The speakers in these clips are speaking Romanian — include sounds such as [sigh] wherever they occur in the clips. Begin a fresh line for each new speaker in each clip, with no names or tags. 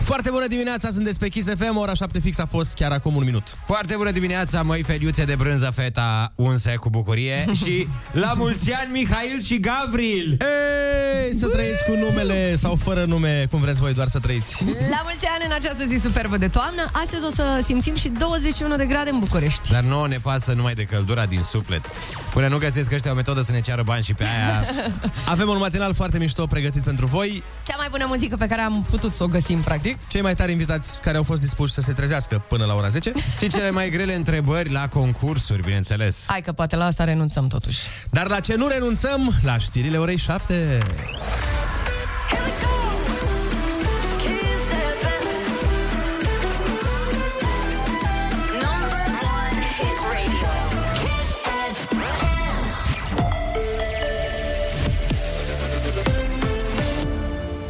Foarte bună dimineața, sunt pe Kiss FM, ora 7 fix a fost chiar acum un minut.
Foarte bună dimineața, măi feliuțe de brânză, feta unse cu [laughs] bucurie și la mulți ani Mihail și Gavril!
Ei, să trăiți cu numele sau fără nume, cum vreți voi, doar să trăiți.
La mulți ani în această zi superbă de toamnă. Astăzi o să simțim și 21 de grade în
[laughs]
București.
Dar nouă ne pasă numai de căldura din suflet. Până nu găsesc ăștia o metodă să ne ceară bani și pe aia... [laughs]
Avem un matinal foarte mișto pregătit pentru voi.
Cea mai bună muzică pe care am putut să o găsim, practic.
Cei mai tari invitați care au fost dispuși să se trezească până la ora 10.
Și cele mai grele întrebări la concursuri, bineînțeles.
Hai că poate la asta renunțăm totuși.
Dar la ce nu renunțăm? La știrile orei 7.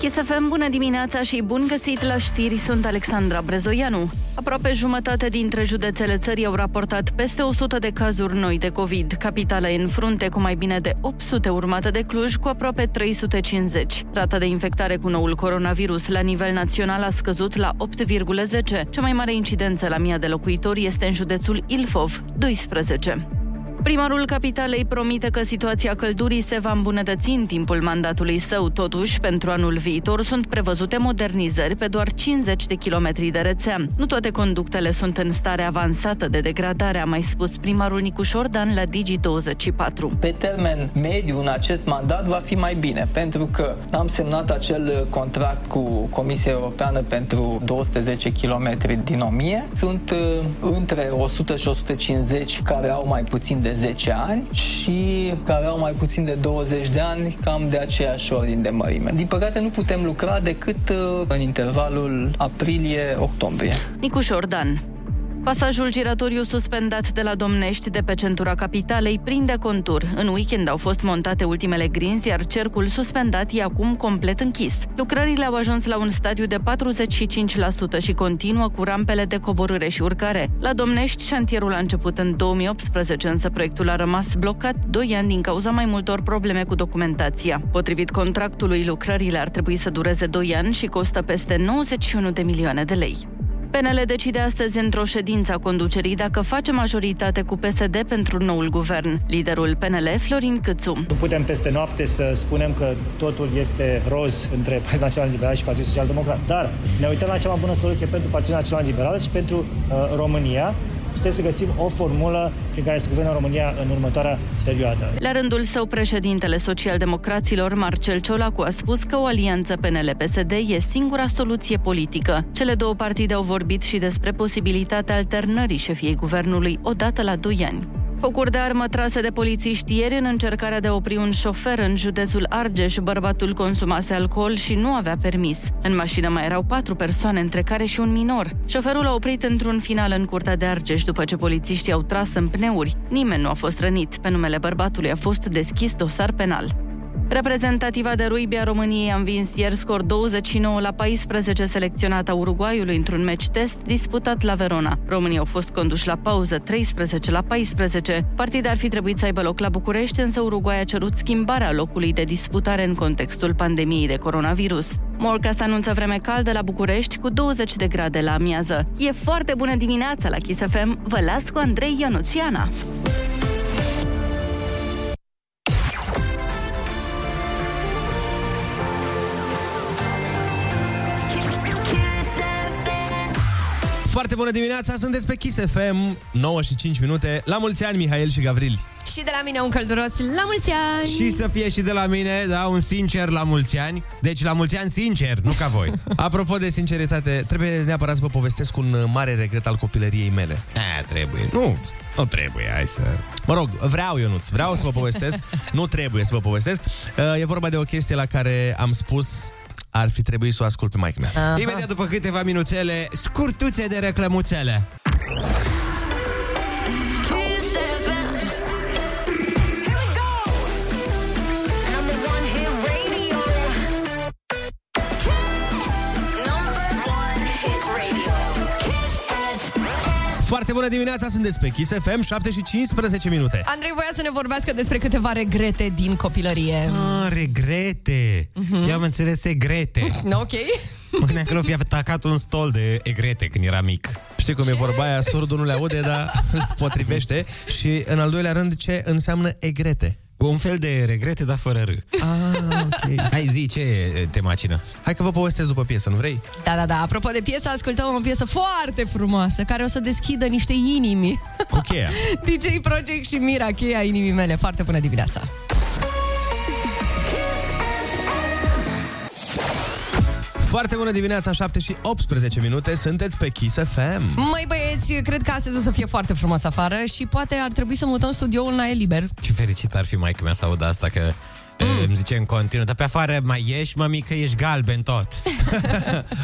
Chisafem, bună dimineața și bun găsit la știri, sunt Alexandra Brezoianu. Aproape jumătate dintre județele țării au raportat peste 100 de cazuri noi de COVID. Capitala e în frunte cu mai bine de 800 urmată de Cluj, cu aproape 350. Rata de infectare cu noul coronavirus la nivel național a scăzut la 8,10. Cea mai mare incidență la mia de locuitori este în județul Ilfov, 12. Primarul Capitalei promite că situația căldurii se va îmbunătăți în timpul mandatului său. Totuși, pentru anul viitor sunt prevăzute modernizări pe doar 50 de kilometri de rețea. Nu toate conductele sunt în stare avansată de degradare, a mai spus primarul Nicușor Dan la Digi24.
Pe termen mediu, în acest mandat va fi mai bine, pentru că am semnat acel contract cu Comisia Europeană pentru 210 km din 1000. Sunt uh, între 100 și 150 care au mai puțin de 10 ani și care au mai puțin de 20 de ani, cam de aceeași ordine de mărime. Din păcate nu putem lucra decât uh, în intervalul aprilie-octombrie.
Nicușor Dan. Pasajul giratoriu suspendat de la Domnești de pe centura capitalei prinde contur. În weekend au fost montate ultimele grinzi, iar cercul suspendat e acum complet închis. Lucrările au ajuns la un stadiu de 45% și continuă cu rampele de coborâre și urcare. La Domnești, șantierul a început în 2018, însă proiectul a rămas blocat 2 ani din cauza mai multor probleme cu documentația. Potrivit contractului, lucrările ar trebui să dureze 2 ani și costă peste 91 de milioane de lei. PNL decide astăzi într-o ședință a conducerii dacă face majoritate cu PSD pentru noul guvern. Liderul PNL, Florin Câțu.
Nu putem peste noapte să spunem că totul este roz între Partidul Național Liberal și Partidul Social Democrat, dar ne uităm la cea mai bună soluție pentru Partidul Național Liberal și pentru uh, România și trebuie să găsim o formulă prin care să guvernăm România în următoarea perioadă.
La rândul său, președintele socialdemocraților, Marcel Ciolacu, a spus că o alianță PNL-PSD e singura soluție politică. Cele două partide au vorbit și despre posibilitatea alternării șefiei guvernului odată la 2 ani. Focuri de armă trase de polițiști ieri în încercarea de a opri un șofer în județul Argeș. Bărbatul consumase alcool și nu avea permis. În mașină mai erau patru persoane, între care și un minor. Șoferul a oprit într-un final în curtea de Argeș după ce polițiștii au tras în pneuri. Nimeni nu a fost rănit. Pe numele bărbatului a fost deschis dosar penal. Reprezentativa de rugby a României a învins ieri scor 29 la 14 selecționata Uruguaiului într-un meci test disputat la Verona. Românii au fost conduși la pauză 13 la 14. Partida ar fi trebuit să aibă loc la București, însă Uruguay a cerut schimbarea locului de disputare în contextul pandemiei de coronavirus. Morcast anunță vreme caldă la București cu 20 de grade la amiază. E foarte bună dimineața la Kiss FM. Vă las cu Andrei Ionuțiana.
Foarte bună dimineața, sunteți pe Kiss FM, 9 și 5 minute. La mulți ani, Mihail și Gavril.
Și de la mine un călduros la mulți ani!
Și să fie și de la mine, da, un sincer la mulți ani. Deci la mulți ani sincer, nu ca [laughs] voi.
Apropo de sinceritate, trebuie neapărat să vă povestesc un uh, mare regret al copilăriei mele.
A, trebuie. Nu, nu trebuie, hai să...
Mă rog, vreau, Ionuț, vreau să vă
[laughs]
povestesc, nu trebuie să vă povestesc. Uh, E vorba de o chestie la care am spus ar fi trebuit să o ascult pe maică mea.
Aha. Imediat după câteva minuțele, scurtuțe de reclămuțele.
Foarte bună dimineața, sunt pe Kiss FM, 7 și 15 minute.
Andrei voia să ne vorbească despre câteva regrete din copilărie.
Mhm. [laughs] Ah, regrete. Uh-huh. Eu am înțeles segrete.
No, ok.
Mă gândeam că l-o fi atacat un stol de egrete când era mic.
Știi cum e vorba aia, surdul nu le aude, dar îl potrivește. Și în al doilea rând, ce înseamnă egrete?
Un fel de regrete, dar fără râ.
Ah, ok.
Hai zi, ce e tema cină?
Hai că vă povestesc după piesă, nu vrei?
Da, da, da. Apropo de piesă, ascultăm o piesă foarte frumoasă, care o să deschidă niște inimi.
Cu
[laughs]
cheia.
DJ Project și Mira, cheia inimii mele. Foarte bună dimineața!
Foarte bună dimineața, 7 și 18 minute, sunteți pe Kiss FM.
Măi băieți, cred că astăzi o să fie foarte frumos afară și poate ar trebui să mutăm studioul la liber.
Ce fericit ar fi mai mea să aud asta, că mm. îmi zice în continuu, dar pe afară mai ieși, mami, că ești galben tot.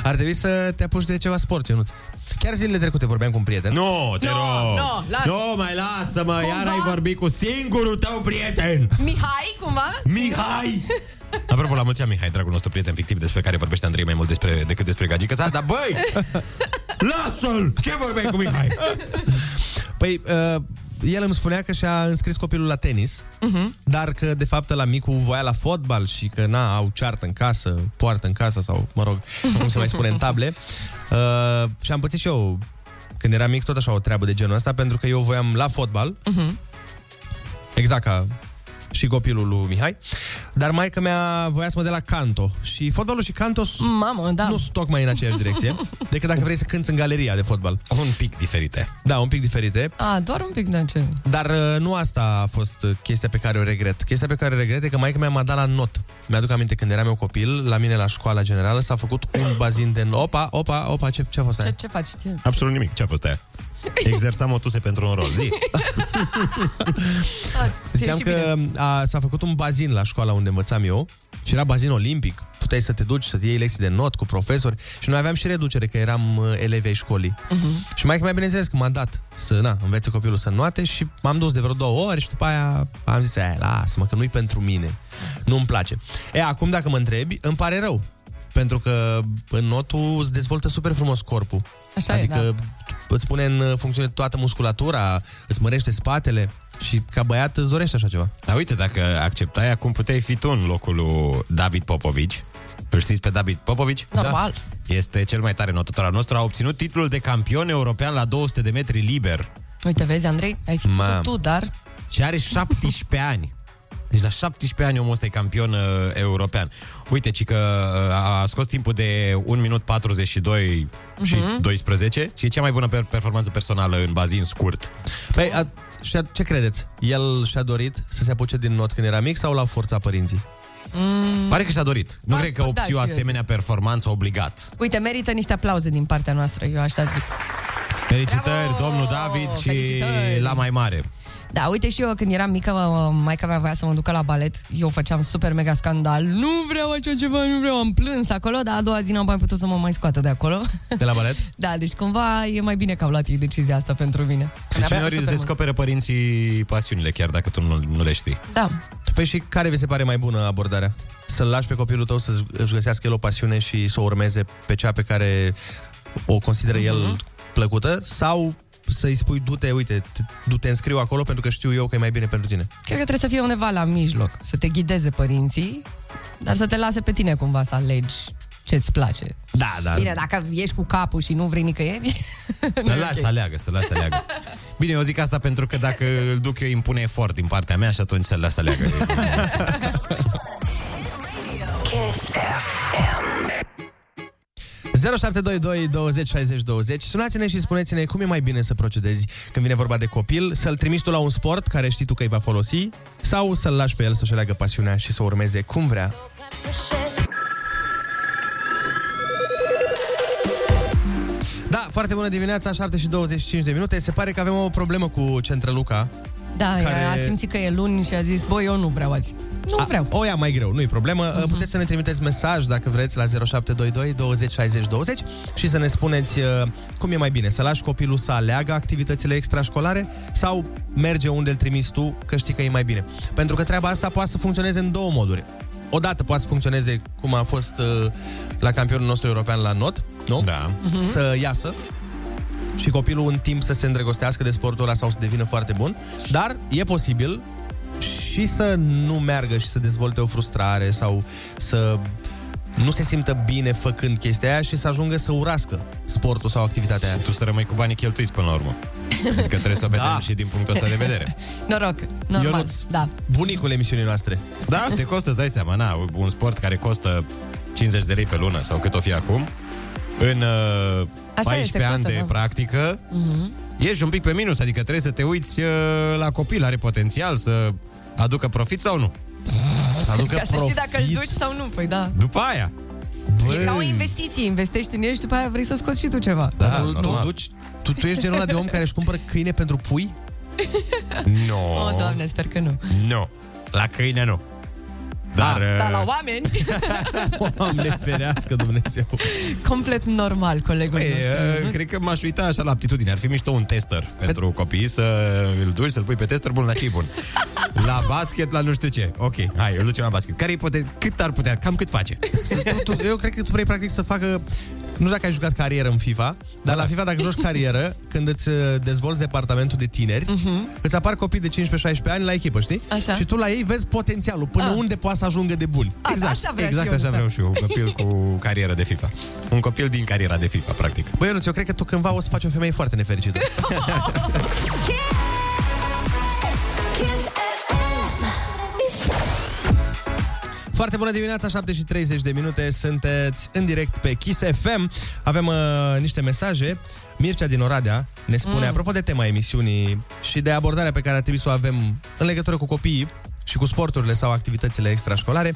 Ar trebui să te apuci de ceva sport, Ionuț. Chiar zilele trecute vorbeam cu un prieten.
Nu, te
Nu,
rog!
nu, lasă.
Nu, mai lasă-mă! Iar
Cumva-
ai vorbit cu singurul tău prieten!
Mihai, cumva?
Mihai! Apropo, la mulți ani, Mihai, dragul nostru prieten fictiv despre care vorbește Andrei mai mult despre, decât despre gagică sa, dar
[laughs]
băi! Lasă-l! Ce vorbeai cu Mihai?
Păi, uh, el îmi spunea că și-a înscris copilul la tenis, uh-huh. dar că, de fapt, la micul voia la fotbal și că, na, au ceartă în casă, poartă în casă sau, mă rog, cum se mai spune, în
[laughs]
table. Uh, și am pățit și eu, când eram mic, tot așa o treabă de genul ăsta, pentru că eu voiam la fotbal, uh-huh. exact ca și copilul lui Mihai, dar maica mea voia să mă dea la canto. Și fotbalul și canto mm,
Mamă, da.
nu sunt tocmai în aceeași
[laughs]
direcție, decât dacă vrei să cânți în galeria de fotbal.
Un pic diferite. Ah.
Da, un pic diferite.
A, doar un pic de ce.
Dar uh, nu asta a fost uh, chestia pe care o regret. Chestia pe care o regret e că maica mea m-a dat la not. Mi-aduc aminte când eram eu copil, la mine la școala generală s-a făcut un bazin de... Opa, opa, opa, ce, ce a fost
Ce,
aia?
ce faci? Ce?
Absolut nimic. Ce-a fost aia? Exersam o tuse pentru un
[laughs]
rol. Zi.
A,
Ziceam
ție și bine.
că a, s-a făcut un bazin la școala unde învățam eu și era bazin olimpic. Puteai să te duci, să iei lecții de not cu profesori și noi aveam și reducere, că eram uh, elevi ai școlii. Uh-huh. Și mai mai bineînțeles că m-a dat să na, învețe copilul să noate și m-am dus de vreo două ori și după aia am zis, "Ai, lasă-mă, că nu-i pentru mine. Nu-mi place. E, acum dacă mă întrebi, îmi pare rău. Pentru că în notul îți dezvoltă super frumos corpul.
Așa e,
adică
da.
îți pune în uh, funcțiune toată musculatura, îți mărește spatele și ca băiat îți dorești așa ceva.
Dar uite, dacă acceptai, acum puteai fi tu în locul lui David Popovici. Îl știți pe David Popovici? Da.
Normal.
Este cel mai tare notător al nostru. A obținut titlul de campion european la 200 de metri liber.
Uite, vezi, Andrei, ai fi
Mamă.
putut tu, dar...
Și are 17 [laughs] ani. Deci la 17 ani omul ăsta e campion uh, european. Uite, ci că uh, a scos timpul de 1 minut 42
Mhm.
și 12 și e cea mai bună per- performanță personală în bazin scurt.
Păi, a, și a, ce credeți? El și-a dorit să se apuce din not când era mic sau l-au forțat părinții?
mm,
Pare că și-a dorit. Nu
Ba-
cred că
ba,
obții
da,
o
și eu
asemenea performanță obligat.
Uite, merită niște aplauze din partea noastră, eu așa zic.
Felicitări,
Bravo!
domnul David și
Felicitări!
la mai mare.
Da, uite și eu când eram mică, mai mea voia să mă ducă la balet. Eu făceam super mega scandal. Nu vreau așa ceva, nu vreau, am plâns acolo, dar a doua zi n-am mai putut să mă mai scoată de acolo. [laughs]
De la balet?
da, deci cumva e mai bine că au luat ei decizia asta pentru mine.
De
Mi-a
ce
plăcut
ori
super
Deci îți
mult.
descoperă părinții pasiunile, chiar dacă
[laughs]
tu nu, nu le știi.
Da.
Păi și care vi se pare mai bună abordarea? Să-l lași pe copilul tău să își găsească el o pasiune și să o urmeze pe cea pe care o consideră uh-huh. el plăcută? Sau să-i spui, du-te, uite, te- du-te, înscriu acolo pentru că știu eu că e mai bine pentru tine.
Cred că trebuie să fie undeva la mijloc, să te ghideze părinții, dar să te lase pe tine cumva să alegi ce-ți place.
Da, da.
Bine, dacă ești cu capul și nu vrei nicăieri...
[laughs] Să-l lași să aleagă, să-l lași să aleagă. Bine, eu zic asta pentru că dacă îl duc eu, impune efort din partea mea și atunci să-l lași să aleagă.
Kiss.
0722 20 60 20 Sunați-ne și spuneți-ne cum e mai bine să procedezi când vine vorba de copil, să-l trimiți tu la un sport care știi tu că îi va folosi sau să-l lași pe el să-și aleagă pasiunea și să o urmeze cum vrea. Da, foarte bună dimineața, 7 și 25 de minute. Se pare că avem o problemă cu Centrăluca.
Da,
Care-
care... a simțit că e luni și a zis, băi, eu nu vreau
[laughs]
azi. Nu
A,
vreau. Mhm.
O ia mai greu, nu-i problemă. Uh-huh. Puteți să ne trimiteți mesaj dacă vreți la 0722 20 60 20 și să ne spuneți uh, cum e mai bine, să lași copilul să aleagă activitățile extrașcolare sau merge unde îl trimiți tu că știi că e mai bine. Pentru că treaba asta poate să funcționeze în două moduri. Odată poate să funcționeze cum a fost uh, la campionul nostru european la not, nu?
Da.
Mhm.
uh-huh. să iasă și copilul în timp să se îndrăgostească de sportul ăla sau să devină foarte bun, dar e posibil și să nu meargă și să dezvolte o frustrare sau să nu se simtă bine făcând chestia aia și să ajungă să urască sportul sau activitatea aia.
Tu să rămăi cu banii cheltuiți până la urmă. Adică trebuie
[laughs]
să o vedem da. și din punctul ăsta de vedere.
Noroc, normal,
Ionuț.
da.
Bunicul emisiunii noastre.
Da, te costă, îți dai seama, na, un sport care costă 50 de lei pe lună sau cât o fi acum, în uh,
Așa
14
este,
ani
costă,
de
da.
practică, mm-hmm. ești un pic pe minus, adică trebuie să te uiți uh, la copil, are potențial să aducă profit sau nu.
Să aducă
Ca să știi
profit.
dacă îl duci sau nu, păi da.
După aia,
E ca o investiție, investești în el și după aia vrei să scoți și tu ceva.
Dar
Da,
tu, tu,
normal.
duci, tu, tu ești genul ăla de om care își cumpără câine pentru pui?
nu,
O, oh, doamne, sper că nu.
nu, la câine nu. Dar,
Da, Dar la
uh,
oameni,
[laughs]
Doamne ferească Dumnezeu!
complet normal, colegul
Păi,
nostru.
uh, cred că m-aș uita așa la aptitudine. Ar fi mișto un tester pentru copii să îl duci, să-l pui pe tester bun la ce e [laughs] bun. La basket, la nu știu ce. Ok, hai, îl ducem la basket. Care poate, cât ar putea, cam cât face?
Tu, tu, eu cred că tu vrei practic să facă nu știu dacă ai jucat carieră în FIFA, dar la FIFA dacă joci carieră, când îți uh, dezvolți departamentul de tineri,
Mhm.
uh-huh. îți apar copii de 15-16 ani la echipă, știi?
Așa.
Și tu la ei vezi potențialul, până
Ah.
unde poate să ajungă de buni.
A, așa vrea și
exact
eu,
[laughs] așa
da.
vreau și eu. Un copil cu carieră de FIFA. Un copil din cariera de FIFA, practic.
Băi, Ionuț, eu cred că tu cândva o să faci o femeie foarte
[laughs]
nefericită. Foarte bună dimineața, 7 și 30 de minute, sunteți în direct pe Kiss FM. Avem uh, niște mesaje. Mircea din Oradea ne spune, mm. apropo de tema emisiunii și de abordarea pe care ar trebui să o avem în legătură cu copiii și cu sporturile sau activitățile extrașcolare,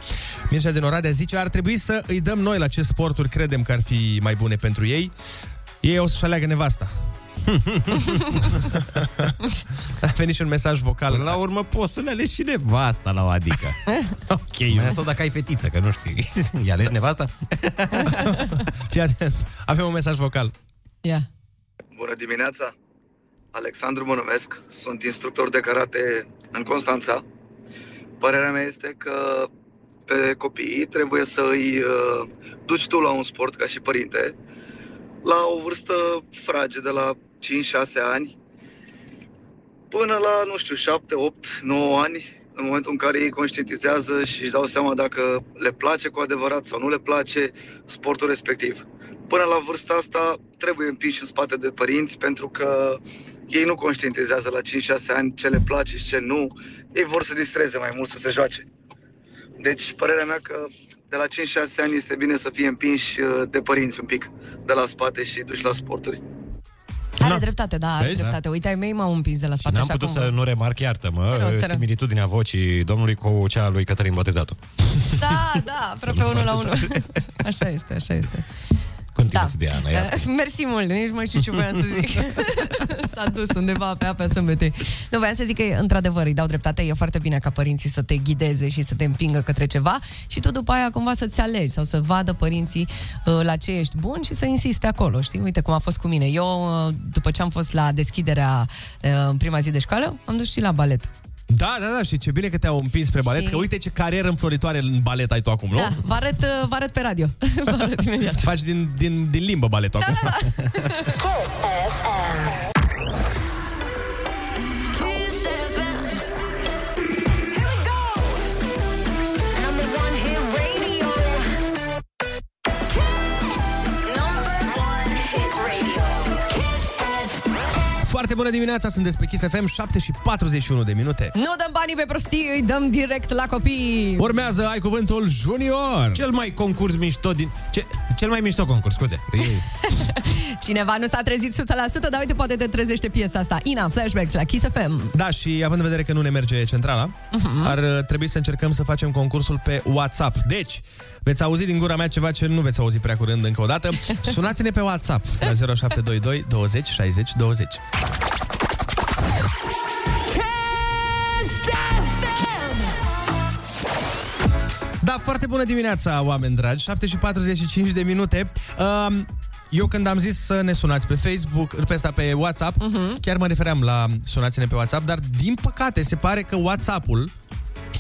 Mircea din Oradea zice, ar trebui să îi dăm noi la ce sporturi credem că ar fi mai bune pentru ei. Ei o să-și aleagă nevasta. A venit și un mesaj vocal.
Până la urmă poți să le alegi și nevasta la o [laughs] adică.
Ok,
Mai ales dacă ai fetiță, că nu știi. [laughs] Îi alegi nevasta?
Fii atent. Avem un mesaj vocal.
Ia.
Bună dimineața! Alexandru mă numesc, sunt instructor de karate în Constanța. Părerea mea este că pe copiii trebuie să îi uh, duci tu la un sport ca și părinte, la o vârstă fragedă, la 5-6 ani, până la, nu știu, 7, 8, 9 ani, în momentul în care ei conștientizează și își dau seama dacă le place cu adevărat sau nu le place sportul respectiv. Până la vârsta asta trebuie împinși în spate de părinți pentru că ei nu conștientizează la 5-6 ani ce le place și ce nu. Ei vor să distreze mai mult, să se joace. Deci, părerea mea că de la 5-6 ani este bine să fie împinși uh, de părinți un pic de la spate și duși la sporturi.
Are
Na.
dreptate, da, are
Vezi?
dreptate. Uite, ai mei m-au împins de la
Și
spate
n-am
și
putut
acum
să
vă-
nu remarc,
Te rog,
iartă-mă,
te rog.
similitudinea vocii domnului cu cea a lui Cătălin Botezatu.
Da, da, aproape
nu
unul la
foarte
unul. Așa este, așa este. Da.
Continuați de Ana, iartă
Mersi mult, nici nu mai știu ce voiam să
[laughs]
zic. S-a dus undeva pe apea sâmbetei. Nu, voiam să zic că, într-adevăr, îi dau dreptate, e foarte bine ca părinții să te ghideze și să te împingă către ceva și tu după aia cumva să-ți alegi sau să vadă părinții uh, la ce ești bun și să insiste acolo, știi? Uite cum a fost cu mine. Eu, uh, după ce am fost la deschiderea uh, în prima zi de școală, am dus și la balet.
Da, da, da, și ce bine că te-au împins spre balet,
Și-
că uite ce carieră înfloritoare în balet ai tu acum, nu?
Da, [laughs] vă arăt, uh, vă arăt pe radio. vă arăt imediat. Da,
Faci din, din, din limbă baletul acum.
Kiss FM. Kiss FM. Here we go. Number one hit radio. Kiss. Number one hit radio. Kiss FM.
Foarte bună dimineața, sunt pe Kiss FM, 7 și 41 de minute.
Nu dăm banii pe prostii, îi dăm direct la copii.
Urmează, ai cuvântul junior!
Cel mai concurs mișto din... Ce... Cel mai mișto concurs, scuze.
Păi,
E-
Cineva nu s-a trezit 100%, dar uite, poate te trezește piesa asta. Ina, flashbacks la Kiss Mhm. FM.
Da, și având în vedere că nu ne merge centrala,
Mm.
uh-huh. ar uh, trebui să încercăm să facem concursul pe WhatsApp. Deci, veți auzi din gura mea ceva ce nu veți auzi prea curând încă o
[laughs]
dată. Sunați-ne pe WhatsApp la 0722 20 60 20.
Kiss FM.
Da, foarte bună dimineața, oameni dragi. 7 și 45 de minute. Um, eu când am zis să ne sunați pe Facebook, pe asta pe WhatsApp, uh-huh. chiar mă refeream la sunați-ne pe WhatsApp, dar din păcate se pare că WhatsApp-ul,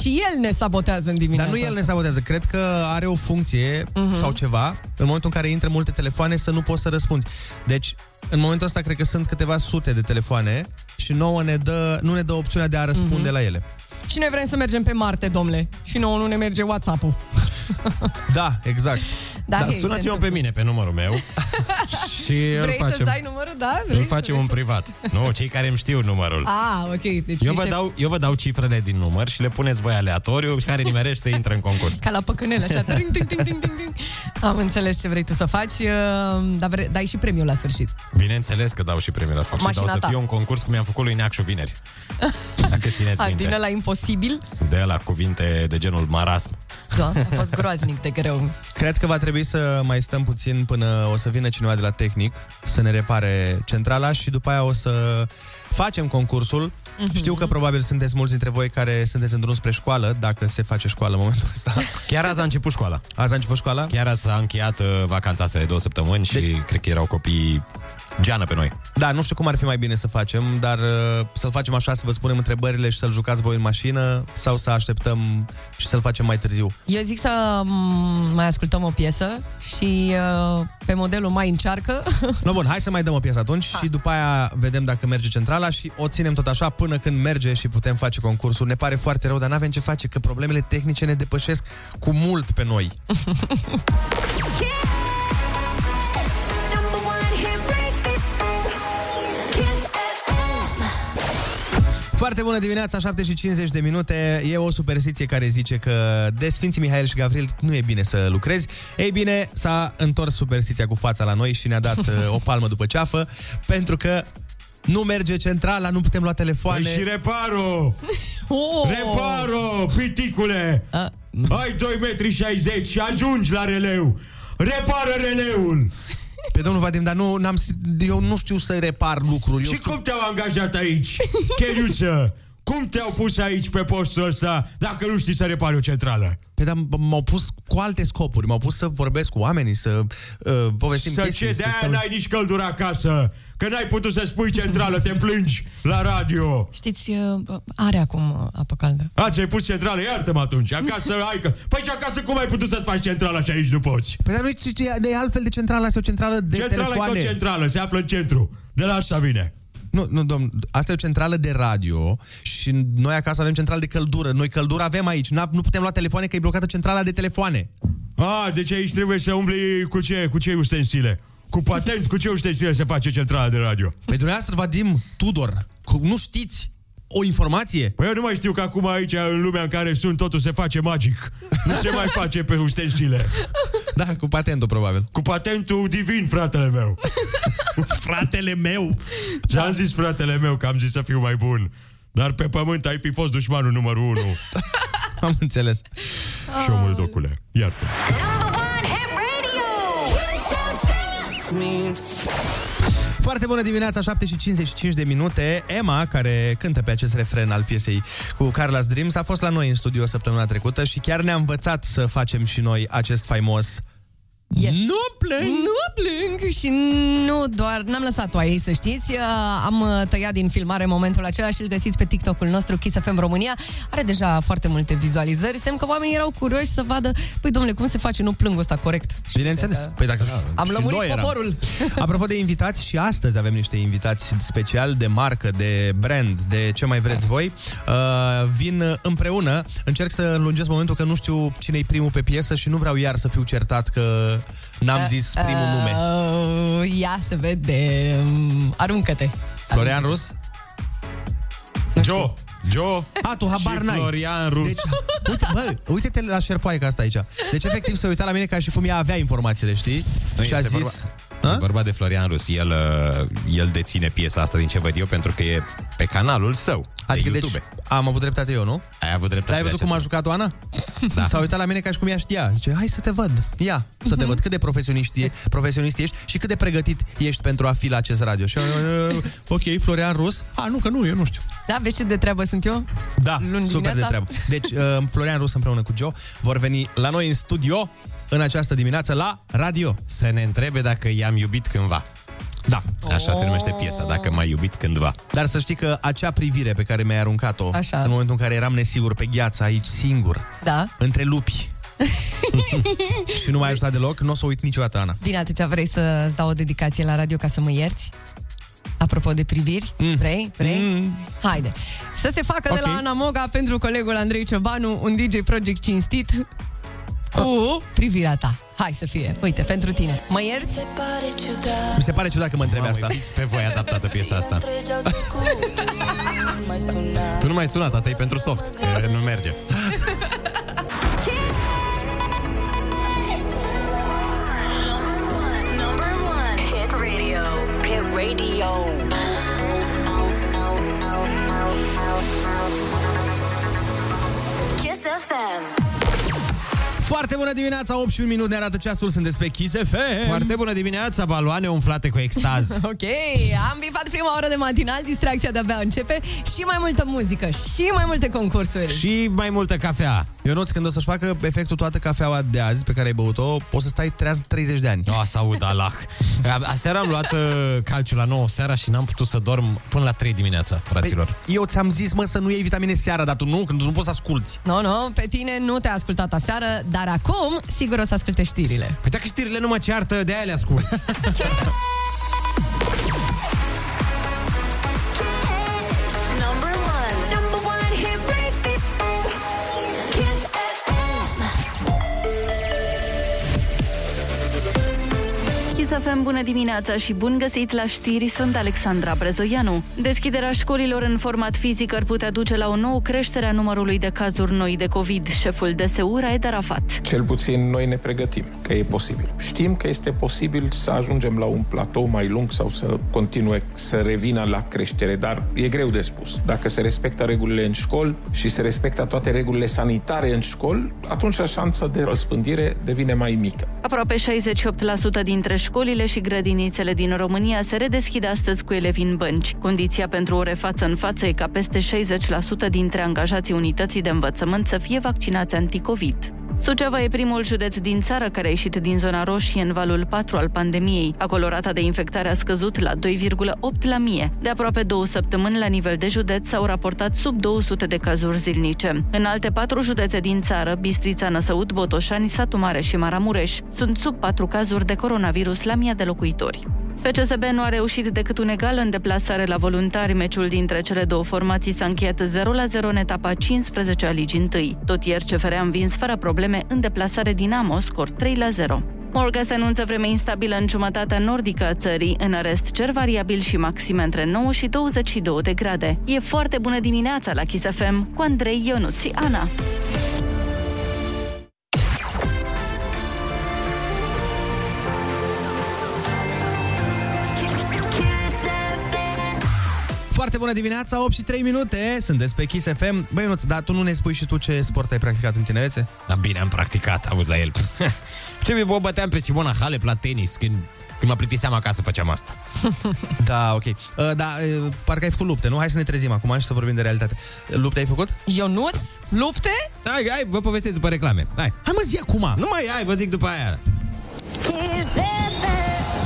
Și el ne sabotează în
dar
dimineața
nu el ne
asta.
sabotează, cred că are o funcție uh-huh. sau ceva, în momentul în care intră multe telefoane să nu poți să răspunzi. Deci, în momentul ăsta cred că sunt câteva sute de telefoane și nouă ne dă, nu ne dă opțiunea de a răspunde uh-huh. la ele.
Și noi vrem să mergem pe Marte, domnule. Și nouă nu ne merge WhatsApp-ul.
Da, exact.
Da,
Da,
hei, se
sunați-mă
întâmplă.
pe mine, pe numărul
[laughs]
meu și îl
Vrei să-ți
facem,
dai numărul? Da? Vrei
îl
să
facem
vezi
în
să-
privat. Nu, cei care îmi știu numărul.
A, ok. Deci
Eu vă,
niște-
dau, eu vă dau cifrele din număr și le puneți voi aleatoriu și care nimerește intră în concurs.
Ca la păcănele, așa. Tring, ting, ting, ting, ting, ting. Am înțeles ce vrei tu să faci, uh, dar vre- dai și premiul la sfârșit.
Bineînțeles că dau și premiul la sfârșit, dar o
Mașina
să
ta.
fie un concurs cum i-am făcut lui Neacșu vineri. Dacă țineți
A, din
minte.
la imposibil.
De la cuvinte de genul marasm.
Da, a fost groaznic de greu.
Cred că va trebui să mai stăm puțin până o să vină cineva de la tehnic să ne repare centrala și după aia o să facem concursul. Știu că probabil sunteți mulți dintre voi care sunteți în drum spre școală, dacă se face școală în momentul ăsta.
Chiar azi a început școala.
Azi a început școala? Deci-
Chiar azi s-a încheiat uh, vacanța asta de două săptămâni și
De-
cred că erau copii geană pe noi.
Da, nu știu cum ar fi mai bine să facem, dar uh, să-l facem așa, să vă spunem întrebările și să-l jucați voi în mașină sau să așteptăm și să-l facem mai târziu.
Eu zic să mm, mai ascultăm o piesă și uh, pe modelul mai încearcă. [laughs]
No, bun, hai să mai dăm o piesă atunci și după aia vedem dacă merge centrala și o ținem tot așa până când merge și putem face concursul. Ne pare foarte rău, dar n-avem ce face, că problemele tehnice ne depășesc cu mult pe noi.
Number one hit radio. Kiss FM.
Foarte bună dimineața, 7 și 50 de minute. E o superstiție care zice că de Sfinții Mihail și Gavril nu e bine să lucrezi. Ei bine, s-a întors superstiția cu fața la noi și ne-a dat uh, o palmă după ceafă, pentru că nu merge centrala, nu putem lua telefoane.
reparu!
Oh!
Reparu, piticule!
A,
Ai 2,60 metri și ajungi la releu! Repară releul!
Pe domnul Vadim, dar nu, n-am, eu nu știu să repar lucruri. Eu
Și cum te-au angajat aici, Cheliuță? Cum te-au pus aici pe postul ăsta dacă nu știi să repari o centrală?
Păi, dar m- m-au pus cu alte scopuri. M-au pus să vorbesc cu oamenii, să uh, povestim
Să
chestii.
ce, de aia
stăm-
n-ai nici căldură acasă Că n-ai putut să spui centrală, te plângi la radio
știți, uh, are acum uh, apă caldă.
A, ți-ai pus centrală, iartă-mă atunci Acasă, ai că... Păi și acasă cum ai putut să-ți faci centrală și aici nu poți?
Păi, dar nu e, e altfel de centrală, asta e o centrală de
Centrala e tot
telefoane.
centrală, se află în centru De la asta vine
Nu, nu, domn, asta e o centrală de radio și noi acasă avem centrală de căldură. Noi căldură avem aici, N-a- nu putem lua telefoane că e blocată centrala de telefoane.
A, deci aici trebuie să umbli cu ce, cu ce ustensile? Cu patent, cu ce ustensile se face centrala de radio?
Pe dumneavoastră, Vadim Tudor, cu- nu știți o informație?
Păi eu nu mai știu că acum aici, în lumea în care sunt, totul se face magic. Nu se mai face pe ustensile.
Da, cu patentul, probabil.
Cu patentul divin, fratele meu.
[laughs] Fratele meu!
Ce-am zis, fratele meu, că am zis să fiu mai bun. Dar pe pământ ai fi fost dușmanul numărul unu.
Am înțeles.
Și omul docule. Iartă.
Number one hit radio. Kiss FM.
Foarte bună dimineața, 7 și 55 de minute. Emma, care cântă pe acest refren al piesei cu Carla's Dreams, a fost la noi în studio săptămâna trecută și chiar ne-a învățat să facem și noi acest faimos
Yes.
Nu plâng!
Nu plâng și nu doar, n-am lăsat-o aici, să știți. Uh, Am uh, tăiat din filmare momentul acela și îl găsiți pe TikTok-ul nostru, Kiss FM România. Are deja foarte multe vizualizări, semn că oamenii erau curioși să vadă, păi domnule, cum se face nu plâng ăsta corect?
Bineînțeles. Păi dacă
Da. Am
și
lămurit
noi eram.
poporul.
[laughs] Apropo de invitați, și astăzi avem niște invitați special de marcă, de brand, de ce mai vreți voi. Uh, vin împreună. Încerc să înlungesc momentul că nu știu cine e primul pe piesă și nu vreau iar să fiu certat că
Da,
n-am zis primul nume.
Uh, Ia să vedem. Aruncă-te.
Florian Rus?
Joe, Joe
A, tu habar
și
n-ai.
Florian Rus.
Deci, uite, bă, uite-te la șerpoaica asta aici. Deci, efectiv, se uita la mine ca și cum ea avea informațiile, știi?
Nu,
și a
este
zis...
Vorba,
A?
e vorba de Florian Rus. El, uh, el deține piesa asta din ce văd eu pentru că e pe canalul său.
Adică,
de
deci,
YouTube.
am avut dreptate eu, nu?
Ai avut
Dar
dreptate.
ai văzut
de
cum a
aceasta.
jucat Oana?
Da.
S-a uitat la mine ca și cum ea știa. Zice, hai să te văd. Ia, să te văd cât de profesionist, e, profesionist ești și cât de pregătit ești pentru a fi la acest radio. Și eu, "E, ok, Florian Rus. A, nu, că nu, eu nu știu.
Da, vezi ce de treabă sunt eu?
Da,
Luni
super de
dimineața.
treabă. Deci, uh, Florian Rus împreună cu Joe vor veni la noi în studio în această dimineață la radio.
Să ne întrebe dacă i-am iubit cândva.
Da.
Așa se numește piesa, dacă m-ai iubit cândva.
Dar să știi că acea privire pe care mi-ai aruncat-o
Așa.
în momentul în care eram nesigur pe gheață aici, singur,
Da.
între
[laughs]
lupi, și nu m-ai ajutat deloc, nu o să o uit niciodată, Ana.
Bine, atunci vrei să-ți dau o dedicație la radio ca să mă ierți? apropo de priviri. Mm. Vrei? Vrei? Mm. Haide. Să se facă okay. de la Ana Moga pentru colegul Andrei Ciobanu un DJ Project cinstit cu privirea ta. Hai să fie. Uite, pentru tine. Mă ierți?
Pare ciudat
Mi se pare ciudat că mă întrebi asta.
Fix pe voi [laughs] adaptată piesa asta.
Treceau trecutul, nu mai suna
Tu nu mai sunat, asta e pentru soft. E, Nu merge.
Number one Hit radio Hit radio Kiss FM
Foarte bună dimineața, 8 și 1 minut ne arată ceasul, sunteți pe Kiss FM.
Foarte bună dimineața, baloane umflate cu extaz.
[laughs] Ok, am bifat prima oră de matinal, distracția de-abia începe și mai multă muzică și mai multe concursuri.
Și mai multă cafea.
Ionuț, când o să-și facă efectul toată cafeaua de azi pe care ai băut-o, o să stai treaz 30 de ani.
O, să aud alah. A- Aseară am luat uh, calciul la 9 seara și n-am putut să dorm până la 3 dimineața, fraților.
Păi, Eu ți-am zis, mă, să nu iei vitamine seara, dar tu nu, când tu nu poți să asculti.
Nu, no, nu, no, pe tine nu te-a ascultat aseară, dar acum sigur o să asculte știrile.
Păi dacă știrile nu mă ceartă, de aia le ascult.
Number one Number one Hit radio Kiss FM
Chisafem, bună dimineața și bun găsit la știri, sunt Alexandra Brezoianu. Deschiderea școlilor în format fizic ar putea duce la o nouă creștere a numărului de cazuri noi de COVID, șeful DSU Raed Arafat.
Cel puțin noi ne pregătim că e posibil. Știm că este posibil să ajungem la un platou mai lung sau să continue să revină la creștere, dar e greu de spus. Dacă se respectă regulile în școli și se respectă toate regulile sanitare în școli, atunci șansa de răspândire devine mai mică.
Aproape 68% dintre școlile și grădinițele din România se redeschid astăzi cu elevi în bănci. Condiția pentru o refață în față e ca peste 60% dintre angajații unității de învățământ să fie vaccinați anticovid. Suceava e primul județ din țară care a ieșit din zona roșie în valul 4 al pandemiei. Acolo rata de infectare a scăzut la 2,8 la mie. De aproape două săptămâni la nivel de județ s-au raportat sub 200 de cazuri zilnice. În alte patru județe din țară, Bistrița, Năsăud, Botoșani, Satu Mare și Maramureș, sunt sub 4 cazuri de coronavirus la mie de locuitori. FCSB nu a reușit decât un egal în deplasare la voluntari. Meciul dintre cele două formații s-a încheiat 0-0 în etapa 15 a ligii 1. Tot ieri CFR a învins fără probleme în deplasare Dinamo, scor 3-0. Morga se anunță vreme instabilă în jumătatea nordică a țării, în rest cer variabil și maxime între 9 și 22 de grade. E foarte bună dimineața la Kiss FM cu Andrei Ionuț și Ana.
Kiss FM
Foarte bună dimineața, 8 și 3 minute, sunteți pe Kiss FM. Băi, Ionuț, dar tu nu ne spui și tu ce sport ai practicat în tinerețe?
Dar bine, am practicat, auzi [laughs] la el. Ce mi bă, băteam pe Simona Halep la tenis când, când mă plictiseam acasă făceam asta.
Da, ok. Uh, da, uh, parcă ai făcut lupte, nu? Hai să ne trezim acum și să vorbim de realitate. Lupte ai făcut?
Ionuț, lupte?
Hai, hai, vă povestesc după reclame. Hai.
Hai mă zi acum!
Nu mai ai, vă zic după aia.
Kiss FM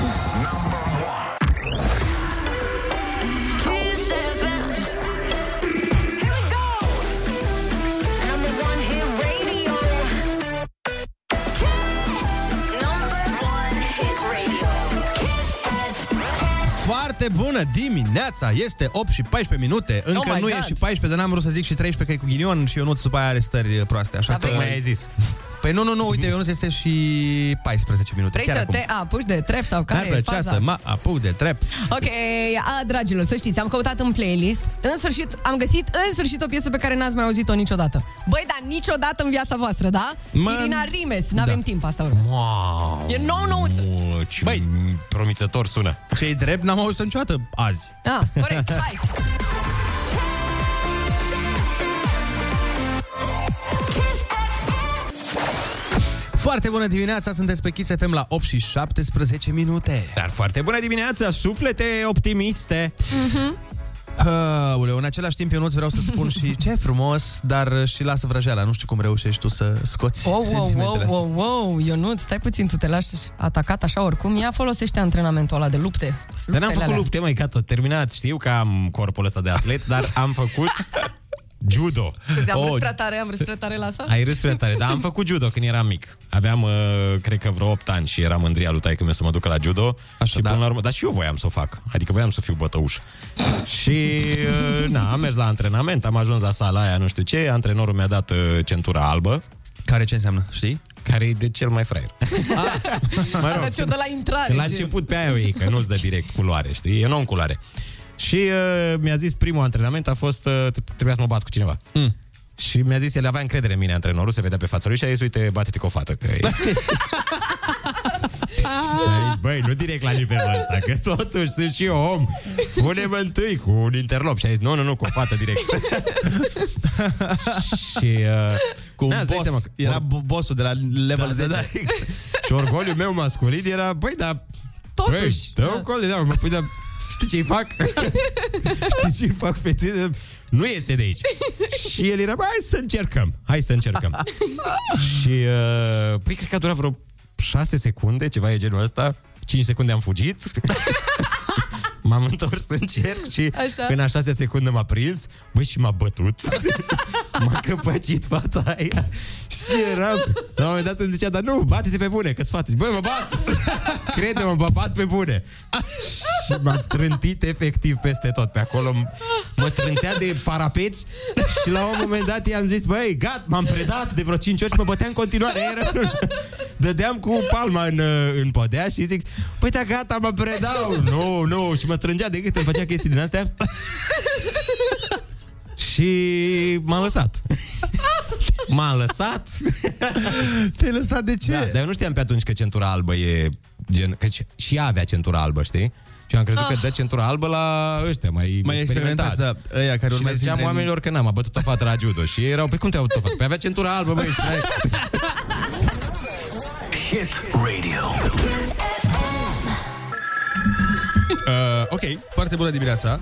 Kiss FM Here we go Number one hit radio Kiss Number one hit radio Kiss FM
Foarte bună dimineața! Este 8 și 14 minute. Încă
Oh my
nu e
God.
și 14, dar n-am vrut să zic și 13 că e cu ghinion și Ionuț după aia are stări proaste. Așa
Da,
că...
Tocmai ai zis.
[laughs] Păi nu, nu, nu, uite, Ionuț este și 14 minute.
Vrei
chiar
să
acum.
te apuci de trep sau
Care
care
Mi-ar
e
plăcea
faza?
să mă apuc de trep.
Ok, a, dragilor, să știți, am căutat în playlist, în sfârșit, am găsit în sfârșit o piesă pe care n-ați mai auzit-o niciodată. Băi, dar niciodată în viața voastră, da?
Mă-
Irina Rimes, n-avem
Da.
timp asta
[laughs]
urmă.
Wow.
E nou-nouță.
Mă, Ce
Băi.
Băi. promițător sună.
Ce-i drept, n-am auzit niciodată azi.
Ah,
[laughs]
corect, hai!
Kiss FM
Foarte bună dimineața, sunteți pe Kiss FM la 8 și 17 minute.
Dar foarte bună dimineața, suflete optimiste.
Mhm.
Aoleu, în același timp eu nu-ți vreau să-ți spun și ce frumos, dar și lasă vrăjeala. Nu știu cum reușești tu să scoți
Wow, wow,
sentimentele
wow,
astea.
wow, wow, Ionuț, stai puțin, tu te lași atacat așa oricum. Ea folosește antrenamentul ăla de lupte.
Dar
Luptele
n-am făcut
alea.
[laughs] lupte, mai gata, terminat. Știu că am corpul ăsta de atlet, dar am făcut Judo. Oh,
Scuze,
Oh.
am râs prea tare, am râs prea tare la asta?
ai râs prea tare, dar am făcut judo când eram mic. Aveam, uh, cred că vreo 8 ani și era mândria lui taică să mă ducă la judo. Așa, și da. până la urmă, dar și eu voiam să o fac. Adică voiam să fiu bătăuș. și uh, na, am mers la antrenament, am ajuns la sala aia, nu știu ce, antrenorul mi-a dat uh, centura albă.
Care ce înseamnă, știi?
Care e de cel mai fraier.
Mă rog, de la intrare.
Că la
gen.
început pe aia o iei, că nu-ți dă direct culoare, știi? Eu nu am culoare. Și uh, mi-a zis primul antrenament a fost, uh, trebuia să mă bat cu cineva. Mm. Și mi-a zis, el avea încredere în mine, antrenorul, se vedea pe fața lui și a zis, uite, bate-te cu o fată, că e... Și a zis, Deci, Băi, nu direct la nivelul ăsta, că totuși sunt și eu om. Pune-mă întâi cu un interlop. Și a zis, nu, nu, nu, cu o fată direct. și... Uh,
Cu un
na, îți dai
boss.
seama că-
Era bo- bossul de la level
Da,
10.
da, da. Și orgoliul meu masculin era, băi, dar...
Totuși.
Băi, dă-mi col de mă pui, dar știi ce-i fac? [laughs] știi ce-i fac pe tine? Nu este de
[laughs]
aici. și el era, bă, hai să încercăm, hai să
[laughs]
încercăm. și, uh, păi, cred că a durat vreo 6 secunde, ceva e genul ăsta. 5 secunde am fugit. [laughs] M-am întors în cerc și
Așa.
Așa. în a șasea secundă m-a prins, băi, și m-a bătut. [laughs] m-a căpăcit fata aia și eram... La un moment dat îmi zicea, dar nu, bate-te pe bune, că-s fată. Băi, mă bat! Crede-mă, mă bat pe bune. și m-a trântit efectiv peste tot pe acolo. M- Mă trântea de parapeți și la un moment dat i-am zis, băi, gat, m-am predat de vreo 5 ori și mă bătea în continuare. Era... Dădeam cu palma în, uh, în podea și zic, păi da, gata, mă predau. [laughs] Nu, nu, și mă strângea de gât, îmi făcea chestii din
[laughs]
astea. Și m-a
[laughs]
lăsat. M-a lăsat.
Te-ai lăsat de ce?
Da, dar eu nu știam pe atunci că centura albă e gen... Că și- și ea avea centura albă, știi? Și eu am crezut ah. că dă centura albă la ăștia mai,
Mai experimentat, da. Ăia care
și le
urmează să
ziceam
intre în-
oamenilor că n-am, a bătut o fată la judo. Și ei erau, pe cum te-au bătut o fată? Păi avea centura
[laughs]
albă, băi. stai.
Hit Radio.
Uh, ok, foarte bună dimineața.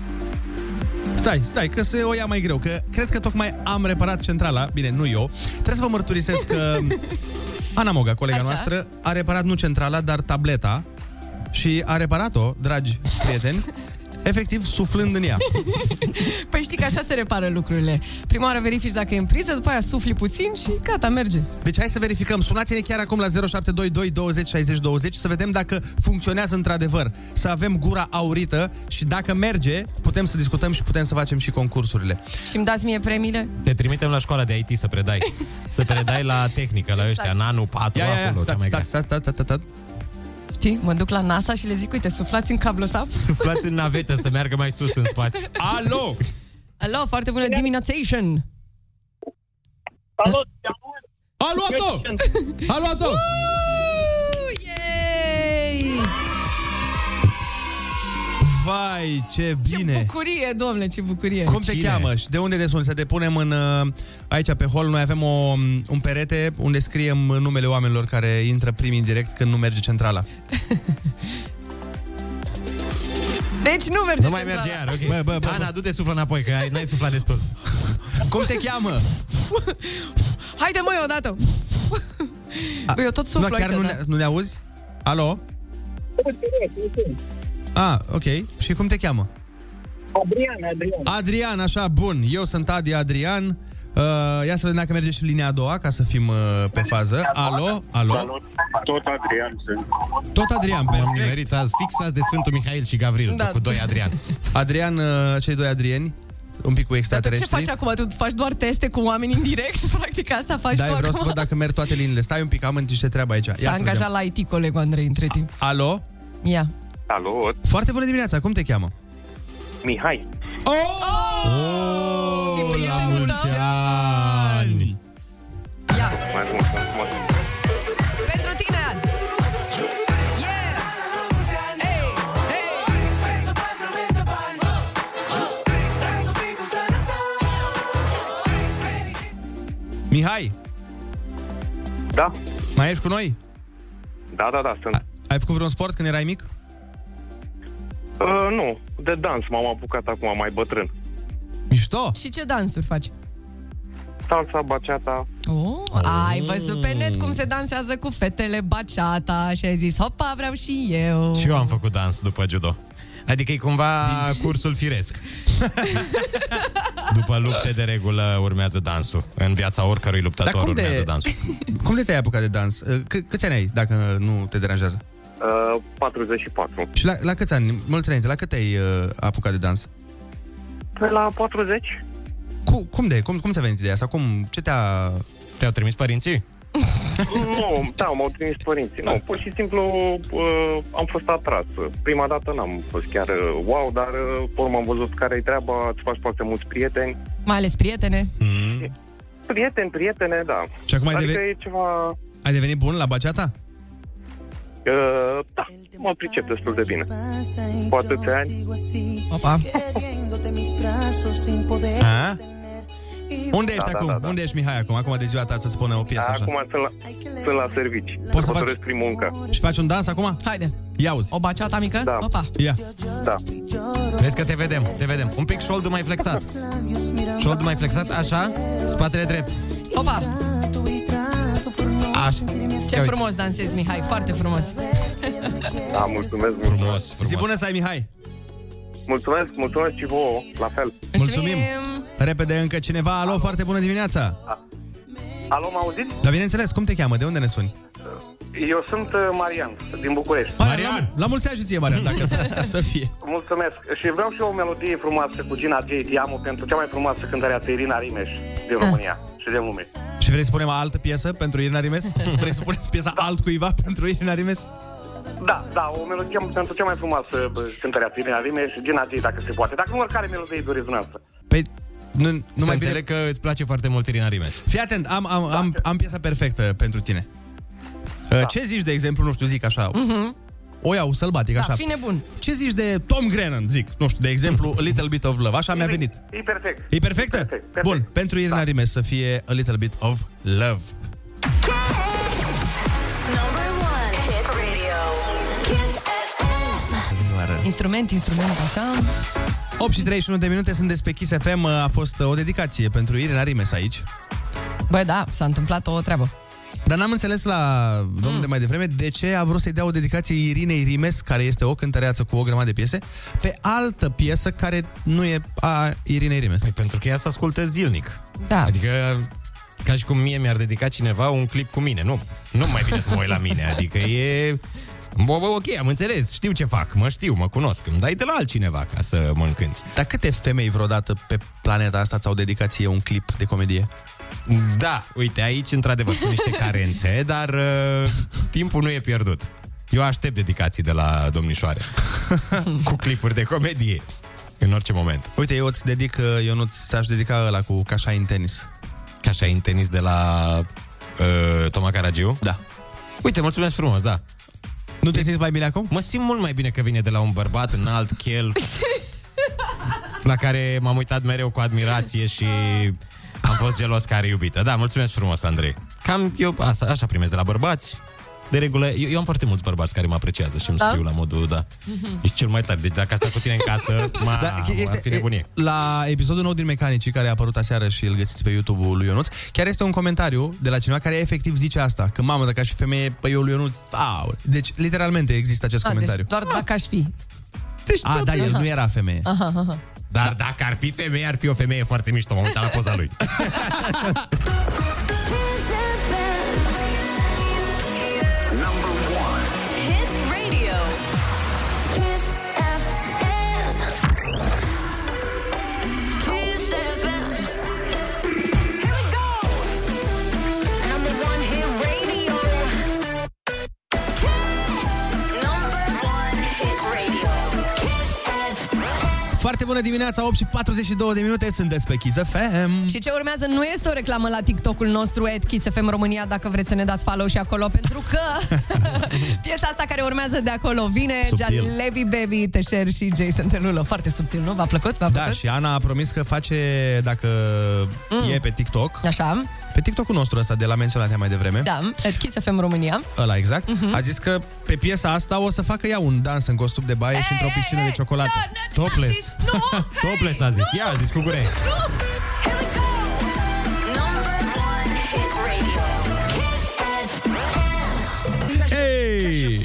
Stai, stai, că se o ia mai greu, că cred că tocmai am reparat centrala, bine, nu eu. Trebuie să vă mărturisesc că Ana Moga, colega
Așa.
Așa. noastră, a reparat nu centrala, dar tableta și a reparat-o, dragi prieteni, efectiv suflând în ea.
[laughs] Păi știi că așa se repară lucrurile. Prima oară verifici dacă e în priză, după aia sufli puțin și gata, merge.
Deci hai să verificăm. Sunați-ne chiar acum la 0722 20 60 20 să vedem dacă funcționează într-adevăr. Să avem gura aurită și dacă merge, putem să discutăm și putem să facem și concursurile.
Și îmi dați mie premiile?
Te trimitem la școala de IT să predai. Să predai la tehnică, la ăștia, în anul 4,
Ia, ia, ia,
acolo, cea
stați,
mai grea.
stați, stați, stați, stați, stați.
Știi? Mă duc la NASA și le zic, uite, suflați în cablul ăsta.
Suflați în navetă să meargă mai sus în spațiu.
[laughs] Alo!
Alo, foarte bună Ă? dimineațation!
Salut!
A luat-o! A luat-o!
Uh, Yay!
Vai, ce
Ce
bine!
bucurie, domnule, ce bucurie!
Cum te
Cine?
cheamă și de unde te suni? Să te punem în, uh, aici pe hol. Noi avem o, um, un perete unde scriem numele oamenilor care intră primii în direct când nu merge centrala.
Deci nu merge
Nu mai
centrala.
merge iar, ok.
Bă, bă, bă,
Ana,
bă.
du-te suflă înapoi, că ai, n-ai suflat destul.
Cum te cheamă?
Haide, măi, odată! Eu tot
Nu,
suflu
chiar
aici,
nu
da.
ne, nu ne auzi? Alo? A, ok. Și cum te cheamă?
Adrian, Adrian.
Adrian, așa, bun. Eu sunt Adi Adrian. Uh, ia să vedem dacă merge și linia a doua, ca să fim uh, pe fază. Alo? Alo?
Tot Adrian sunt.
Tot Adrian,
Am
perfect.
nimerit azi fix azi de Sfântul Mihail și Gavril,
Da.
da. cu doi Adrian.
Adrian, uh, cei doi Adrieni, un
Dar
pic cu
tu ce
extraterestri.
faci acum? Tu faci doar teste cu oameni în direct? [laughs] Practic asta faci
Da,
tu
eu vreau
acum?
să văd dacă merg toate liniile. Stai un pic, am niște treabă aici. Ia
S-a
să
angajat
vedem.
la IT colegul Andrei între timp.
Alo?
Ia.
Salut!
Foarte bună dimineața, cum te cheamă?
Mihai.
Oh!
E
oh!
prietenul tău?
ani!
Ia.
Mai mult, mai mult.
Pentru tine! Yeah! Hey! Hey!
Mihai,
Da,
mai ești cu noi?
da, da, da, sunt.
A- Ai făcut vreun sport când erai mic?
Uh, nu, de dans m-am apucat acum, mai bătrân.
Mișto!
Și ce dansuri faci?
Salsa, baceata,
Oh, ai văzut pe net cum se dansează cu fetele baciata și ai zis, hopa, vreau și eu.
Și eu am făcut dans după judo. Adică e cumva cursul firesc. După lupte de regulă urmează dansul. În viața oricărui luptător
Dar cum de-
urmează dansul.
Cum de te-ai apucat de dans? Uh, C- câți ani ai, dacă nu te deranjează?
Uh, 44.
Și la, la câți ani, mulți înainte, la cât te-ai uh, apucat de dans?
Pe la
[laughs]
40?
Cu, cum de? Cum, cum ți-a venit ideea asta? Cum, ce te-a...
Te-au trimis părinții?
nu, da, m-au trimis părinții. Nu, pur și simplu uh, am fost atras. Prima dată n-am fost chiar uh, wow, dar uh, pe urmă am văzut care-i treaba, îți faci foarte mulți prieteni.
Mai ales prietene.
Mm.
Prieteni, prietene, da.
Și acum ai
adică
deveni-
e ceva...
Ai devenit bun la baceata?
Uh, da, mă pricep destul de bine. Cu atâția ani.
Opa.
A? Unde ești
Da, da,
acum?
da, da.
Unde ești Mihai acum? Acum de ziua ta să spună o piesă așa.
Acum sunt la, sunt la servici.
Poți să
Sărbătoresc prin muncă.
Și faci un dans acum?
Haide.
Ia uzi.
O baceata mică?
Da.
Opa.
Ia.
Da.
Vezi că te vedem, te vedem. Un pic șoldul mai flexat. Șoldul mai flexat, așa, spatele drept.
Opa.
Așa.
Ce frumos dansezi, Mihai. Foarte frumos. [laughs]
Da, mulțumesc, mulțumesc.
Frumos, frumos.
Zi bună să ai Mihai!
Mulțumesc, mulțumesc și vouă, la fel.
Mulțumim! Repede încă cineva. Alo, foarte bună dimineața!
Alo, mă auziți?
Dar bineînțeles, cum te cheamă? De unde ne suni?
Eu sunt uh, Marian, din București.
Marian! La mulți ani și ție, Marian, dacă [laughs] să fie.
Mulțumesc. Și vreau și eu o melodie frumoasă cu Gina J. Diamu pentru cea mai frumoasă cântăreață Irina Rimeș din România și din lume.
Și vrei să punem altă piesă pentru Irina
[laughs]
Rimes? Vrei să punem piesa altcuiva pentru Irina Rimes?
Da, da, o melodie pentru cea mai frumoasă bă, cântăreață Irina Rimeș și Gina J. dacă se poate. Dacă nu, oricare melodie doriți dumneavoastră.
Păi, nu, nu
Nu mai
mai bine.
înțeleg că îți place foarte mult Irina Rimes.
Fii atent, am, am,
Da.
am, am piesa perfectă pentru tine. Da. Ce zici, de exemplu, nu știu, zic așa,
Mhm.
o iau sălbatic,
Da,
Adică așa.
fi nebun.
Ce zici de Tom Grennan, zic, nu știu, de exemplu, A Little Bit of Love, așa mi-a venit.
Mhm. E perfect.
E perfectă?
Perfect, perfect.
Bun, pentru Irina da. Rimes să fie A Little Bit of Love.
Number one hit radio. Kiss FM.
Vioară.
Instrument, instrument, așa.
8 și 31 de minute sunt despre Kiss FM, a fost o dedicație pentru Irina Rimes aici.
Bă, da, s-a întâmplat o treabă.
Dar n-am înțeles la domnul mm. de mai devreme de ce a vrut să-i dea o dedicație Irinei Rimes, care este o cântăreață cu o grămadă de piese, pe altă piesă care nu e a Irinei Rimes.
Păi pentru că ea se ascultă zilnic.
Da.
Adică ca și cum mie mi-ar dedica cineva un clip cu mine. Nu, nu mai vine să mă uit la mine. Adică e... Bă, bă, ok, am înțeles, știu ce fac, mă știu, mă cunosc. Îmi dai de la altcineva ca să mă încânți.
Dar câte femei vreodată pe planeta asta ți-au dedicat ție un clip de comedie?
Da, uite, aici într-adevăr sunt niște carențe, dar uh, timpul nu e pierdut. Eu aștept dedicații de la
[laughs]
domnișoare cu clipuri de comedie în orice moment.
Uite, eu îți dedic, eu nu ți-aș dedica ăla cu Cașa în tenis.
Ca așa în tenis de la uh, Toma Caragiu.
Da.
Uite, mulțumesc frumos, da.
Nu te simți mai bine acum?
Mă simt mult mai bine că vine de la un bărbat înalt,
[laughs]
chel, la care m-am uitat mereu cu admirație și am fost gelos că are iubită. Da, mulțumesc frumos, Andrei. Cam eu așa, așa primesc de la bărbați. De regulă, eu, eu am foarte mulți bărbați care mă apreciază și îmi
Da?
scriu la modul, da. Ești cel mai tare. Deci dacă asta cu tine în
[laughs]
casă, ma, da, ar fi nebunie.
la episodul nou din Mecanicii, care a apărut aseară și îl găsiți pe YouTube-ul lui Ionuț, chiar este un comentariu de la cineva care efectiv zice asta, că mamă, dacă aș fi femeie, păi eu lui Ionuț, au. Deci, literalmente există acest
A, deci
comentariu. Ah!
doar dacă aș fi.
a, da, el nu era femeie.
Uh-huh,
da.
Dar dacă ar fi femeie, ar fi o femeie foarte mișto. M-am uitat la poza
[laughs]
lui.
Kiss FM.
Number one.
Hit radio. Kiss FM. Kiss FM. Here we go. Number one hit radio. Kiss. Number one hit radio. Kiss FM.
Foarte bună dimineața, 8 și 42 de minute, sunt despre Kiss FM.
Și ce urmează nu este o reclamă la TikTok-ul nostru @kissfm România dacă vreți să ne dați follow și acolo pentru
[laughs]
că piesa asta care urmează de acolo vine
Subtil.
Jalebi Baby, Teșer și Jason Derulo. Foarte subtil, nu? V-a plăcut? V-a
Da,
plăcut?
și Ana a promis că face, dacă mm. e pe TikTok,
Așa,
pe TikTok-ul nostru ăsta de la menționat ea mai devreme,
da, at Kiss FM România.
ăla exact,
Mhm.
mm-hmm. a zis că pe piesa asta o să facă ea un dans în costum de baie și într-o piscină de ciocolată.
Da,
Topless. [laughs]
Topless a zis. Ia, a zis cu gure.
Here we go. Number one hit radio. Kiss FM.
Hey!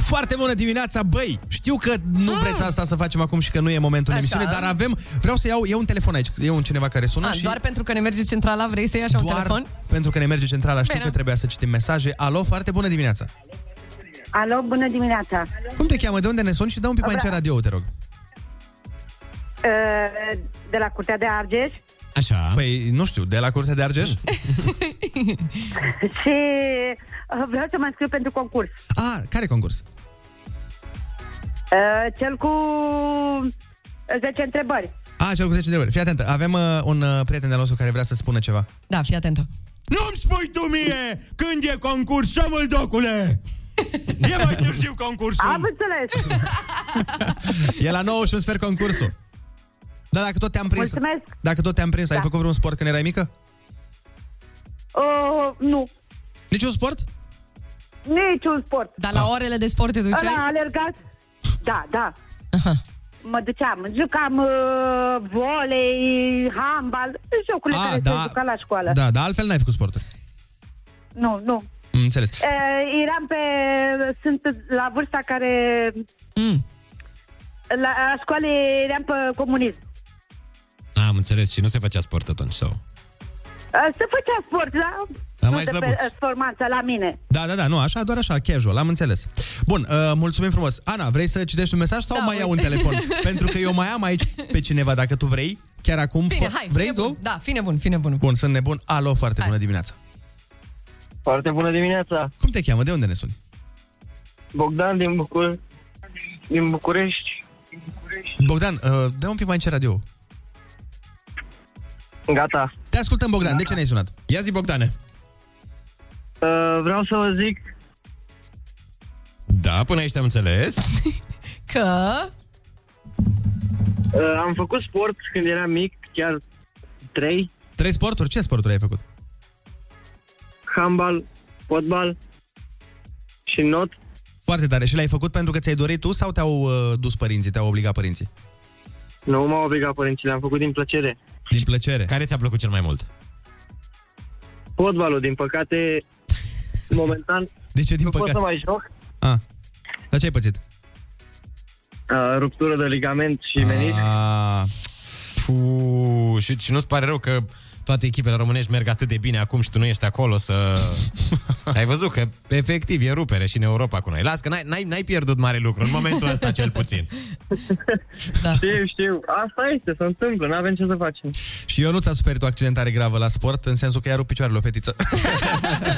Foarte bună dimineața, băi! Știu că nu vreți asta să facem acum și că nu e momentul
Mm. Așa.
emisiunii, dar avem... Vreau să iau, iau un telefon aici, iau un cineva care sună
A,
și...
doar pentru că ne merge centrala, vrei să iei așa un telefon?
pentru că ne merge centrala, știu
Bine.
că trebuia să citim mesaje. Alo, foarte bună dimineața!
Alo, bună dimineața!
Cum te cheamă, de unde ne suni și dă un pic mai
Abra-
ce radio, te rog.
Uh, De la Curtea de Argeș
Așa. Păi, nu știu, de la Curtea de
Mm.
Argeș?
și uh, vreau să mă înscriu pentru concurs.
A, Ah, care concurs?
Uh, Cel cu 10 întrebări.
A, cel cu 10 de euro. Fii atentă, avem uh, un uh, prieten de-al nostru care vrea să spună ceva.
Da, fii atentă.
Nu-mi spui tu mie când e concurs, șomul
[laughs]
docule! E mai târziu concursul!
Am înțeles!
E la 9 și un sfert concursul. Da, dacă tot te-am prins.
Mulțumesc.
Dacă tot te-am prins, da. ai făcut vreun sport când erai mică?
Uh, Nu,
Niciun sport? Ah.
niciun sport.
Dar la orele de sport te duceai?
Ăla alergat? Da, da. Mă duceam, jucam uh, volei, handbal, jocurile
A,
care
da.
se juca la școală.
Da, dar altfel n-ai făcut sporturi.
Nu, nu.
Mm, Înțeles.
Uh, eram pe... Sunt la vârsta care...
Mm.
La la școală eram pe comunism.
Am înțeles și nu se făcea sport atunci sau...
Uh, Se făcea sport, da?
Dar
nu
mai
se
slăbuț.
pe- uh, formanța la mine.
Da, da, da, nu, așa, doar așa, casual, am înțeles. Bun, uh, mulțumim frumos. Ana, vrei să citești un mesaj sau
Da,
da, mai iau un
uite. [laughs]
telefon? Pentru că eu mai am aici pe cineva, dacă tu vrei, chiar acum.
Bine,
fă-
hai,
vrei,
fine
go?
bun. Da, fine bun, fine bun.
Bun, sunt nebun. Alo, foarte bună dimineața.
Foarte bună dimineața!
Cum te cheamă? De unde ne suni?
Bogdan din, Bucur... din București.
Bogdan, uh, dă un pic mai ce radio.
Gata.
Te ascultăm, Bogdan. De ce ne-ai sunat?
Ia zi, Bogdane.
Uh, vreau să vă zic
Da, până aici te-am înțeles.
Că...
Uh, am făcut sport când eram mic, chiar trei.
Trei sporturi? Ce sporturi ai făcut?
Handbal, fotbal și not.
Foarte tare. Și l-ai făcut pentru că ți-ai dorit tu sau te-au uh, dus părinții, te-au obligat părinții?
Nu m-au obligat părinții, le-am făcut din plăcere.
Din plăcere.
Care ți-a plăcut cel mai mult?
Fotbalul, din păcate, momentan
De ce din
nu
păcate?
pot să mai joc.
Ah. Dar ce ai pățit?
Uh, ruptură de ligament și
Ah.
menisc.
A...
Puh, și, și nu-ți pare rău că toate echipele românești merg atât de bine acum și tu nu ești acolo să...
[laughs]
Ai văzut că efectiv e rupere și în Europa cu noi. Las că n-ai, n-ai, n-ai pierdut mare lucru în momentul ăsta cel puțin.
Da.
Știu, știu. Asta este, se întâmplă, nu avem ce să facem.
Și eu nu ți-a suferit o accidentare gravă la sport, în sensul că i-a rupt picioarele o fetiță. [laughs]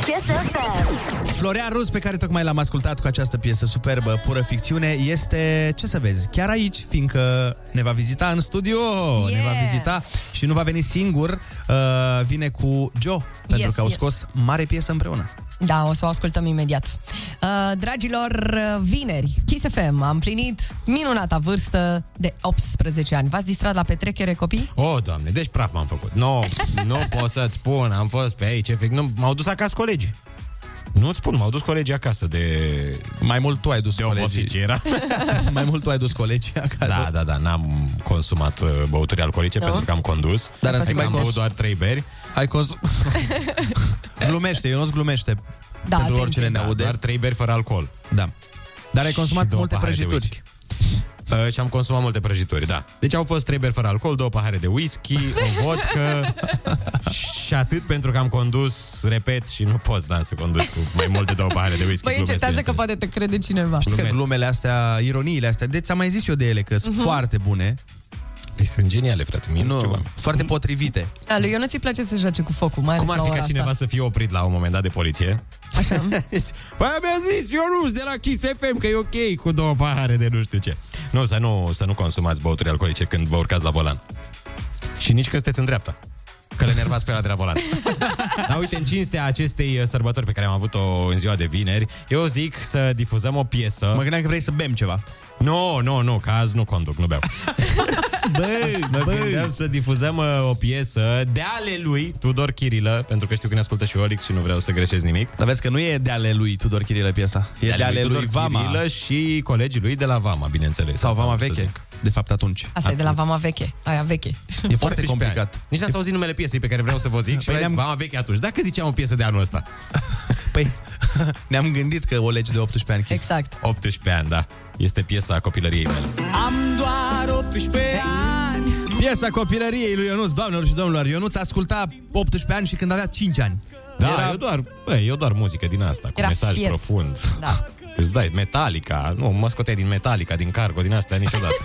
Kiss FM.
Florian Rus, pe care tocmai l-am ascultat cu această piesă superbă, pură ficțiune, este, ce să vezi, chiar aici, fiindcă ne va vizita în studio, yeah. ne va vizita și nu va veni singur, uh, vine cu Joe, pentru
Yes,
că au
yes.
scos mare piesă împreună.
Da, o să o ascultăm imediat. Uh, dragilor, uh, vineri, Kiss FM, am plinit minunata vârstă de 18 ani. V-ați distrat la petrecere, copii?
O, oh, doamne, deci praf m-am făcut. Nu, nu pot să-ți spun, am fost pe aici, efect, nu, m-au dus acasă colegii. Nu-ți spun, m-au dus colegii acasă de...
Mai mult tu ai dus
de
colegii.
obosiție era.
[laughs] Mai mult tu ai dus colegii acasă.
Da, da, da, n-am consumat uh, băuturi alcoolice
Nu?
pentru că am condus.
Dar în
Adică
schimb ai
am băut
cons-
doar trei beri. Eh?
Ai cons... glumește, eu nu glumește.
[laughs] Da,
pentru
atenție.
oricine ne
Da,
aude.
doar trei beri fără alcool.
Da. Dar ai
Și
consumat
două
multe
pahare de
prăjituri.
Uh, și am consumat multe prăjituri, da. Deci au fost trei beri fără alcool, două pahare de whisky,
[laughs]
o vodcă și atât pentru că am condus, repet, și nu poți, da, să conduci cu mai mult de două pahare de whisky.
Băi,
glumesc,
încetează că
bineînțeles.
poate te crede cineva.
Știi că
Glumesc.
glumele astea, ironiile astea, de ți-am mai zis eu de ele, că sunt
Mhm.
foarte bune,
Ei, sunt geniale, frate, mie nu, știu.
nu,
oameni.
foarte potrivite.
Da, lui Ionuț îi place să joace cu focul, mai ales
Cum ar
la
fi
ora
ca
asta.
cineva să fie oprit la un moment dat de poliție? Așa. [laughs] păi mi-a zis Ionuț de la Kiss FM că e ok cu două pahare de nu știu ce. Nu, să nu, să nu consumați băuturi alcoolice când vă urcați la volan. Și nici când sunteți în dreapta. Că le nervați pe la de la
[laughs]
volan. Dar uite, în cinstea acestei uh, sărbători pe care am avut-o în ziua de vineri, eu zic să difuzăm o piesă.
Mă gândeam că vrei să bem ceva.
Nu, nu, nu, că azi nu conduc,
[laughs]
nu beau.
Băi,
Mă
băi.
gândeam să difuzăm uh, o piesă de ale lui Tudor Chirilă, pentru că știu că ne ascultă și Olix și nu vreau să greșesc nimic.
Dar vezi că nu e de ale lui Tudor Chirilă piesa. E de ale lui
Tudor
Vama.
Chirilă și colegii lui de la Vama, bineînțeles.
Sau
Asta
Vama
vreau să
veche.
zic.
de fapt, atunci.
Asta e de la Vama Veche, aia veche.
E foarte complicat.
Nici n-ați auzit numele piesei pe care vreau să vă zic și păi am vama veche atunci. Dacă ziceam o piesă de anul ăsta.
[laughs] Păi, [laughs] ne-am gândit că o lege de 18 ani. Chis.
Exact.
18 ani, da. Este piesa copilăriei mele.
Am doar 18 ani
Piesa copilăriei lui Ionuț, doamnelor și domnilor. Ionuț asculta 18 ani și când avea 5 ani.
Da, era... eu doar, bă, eu doar muzică din asta, cu
Era
mesaj
fier.
profund.
Da.
Îți dai Metallica, nu, mă scoteai din Metallica, din Cargo, din astea
[laughs]
niciodată.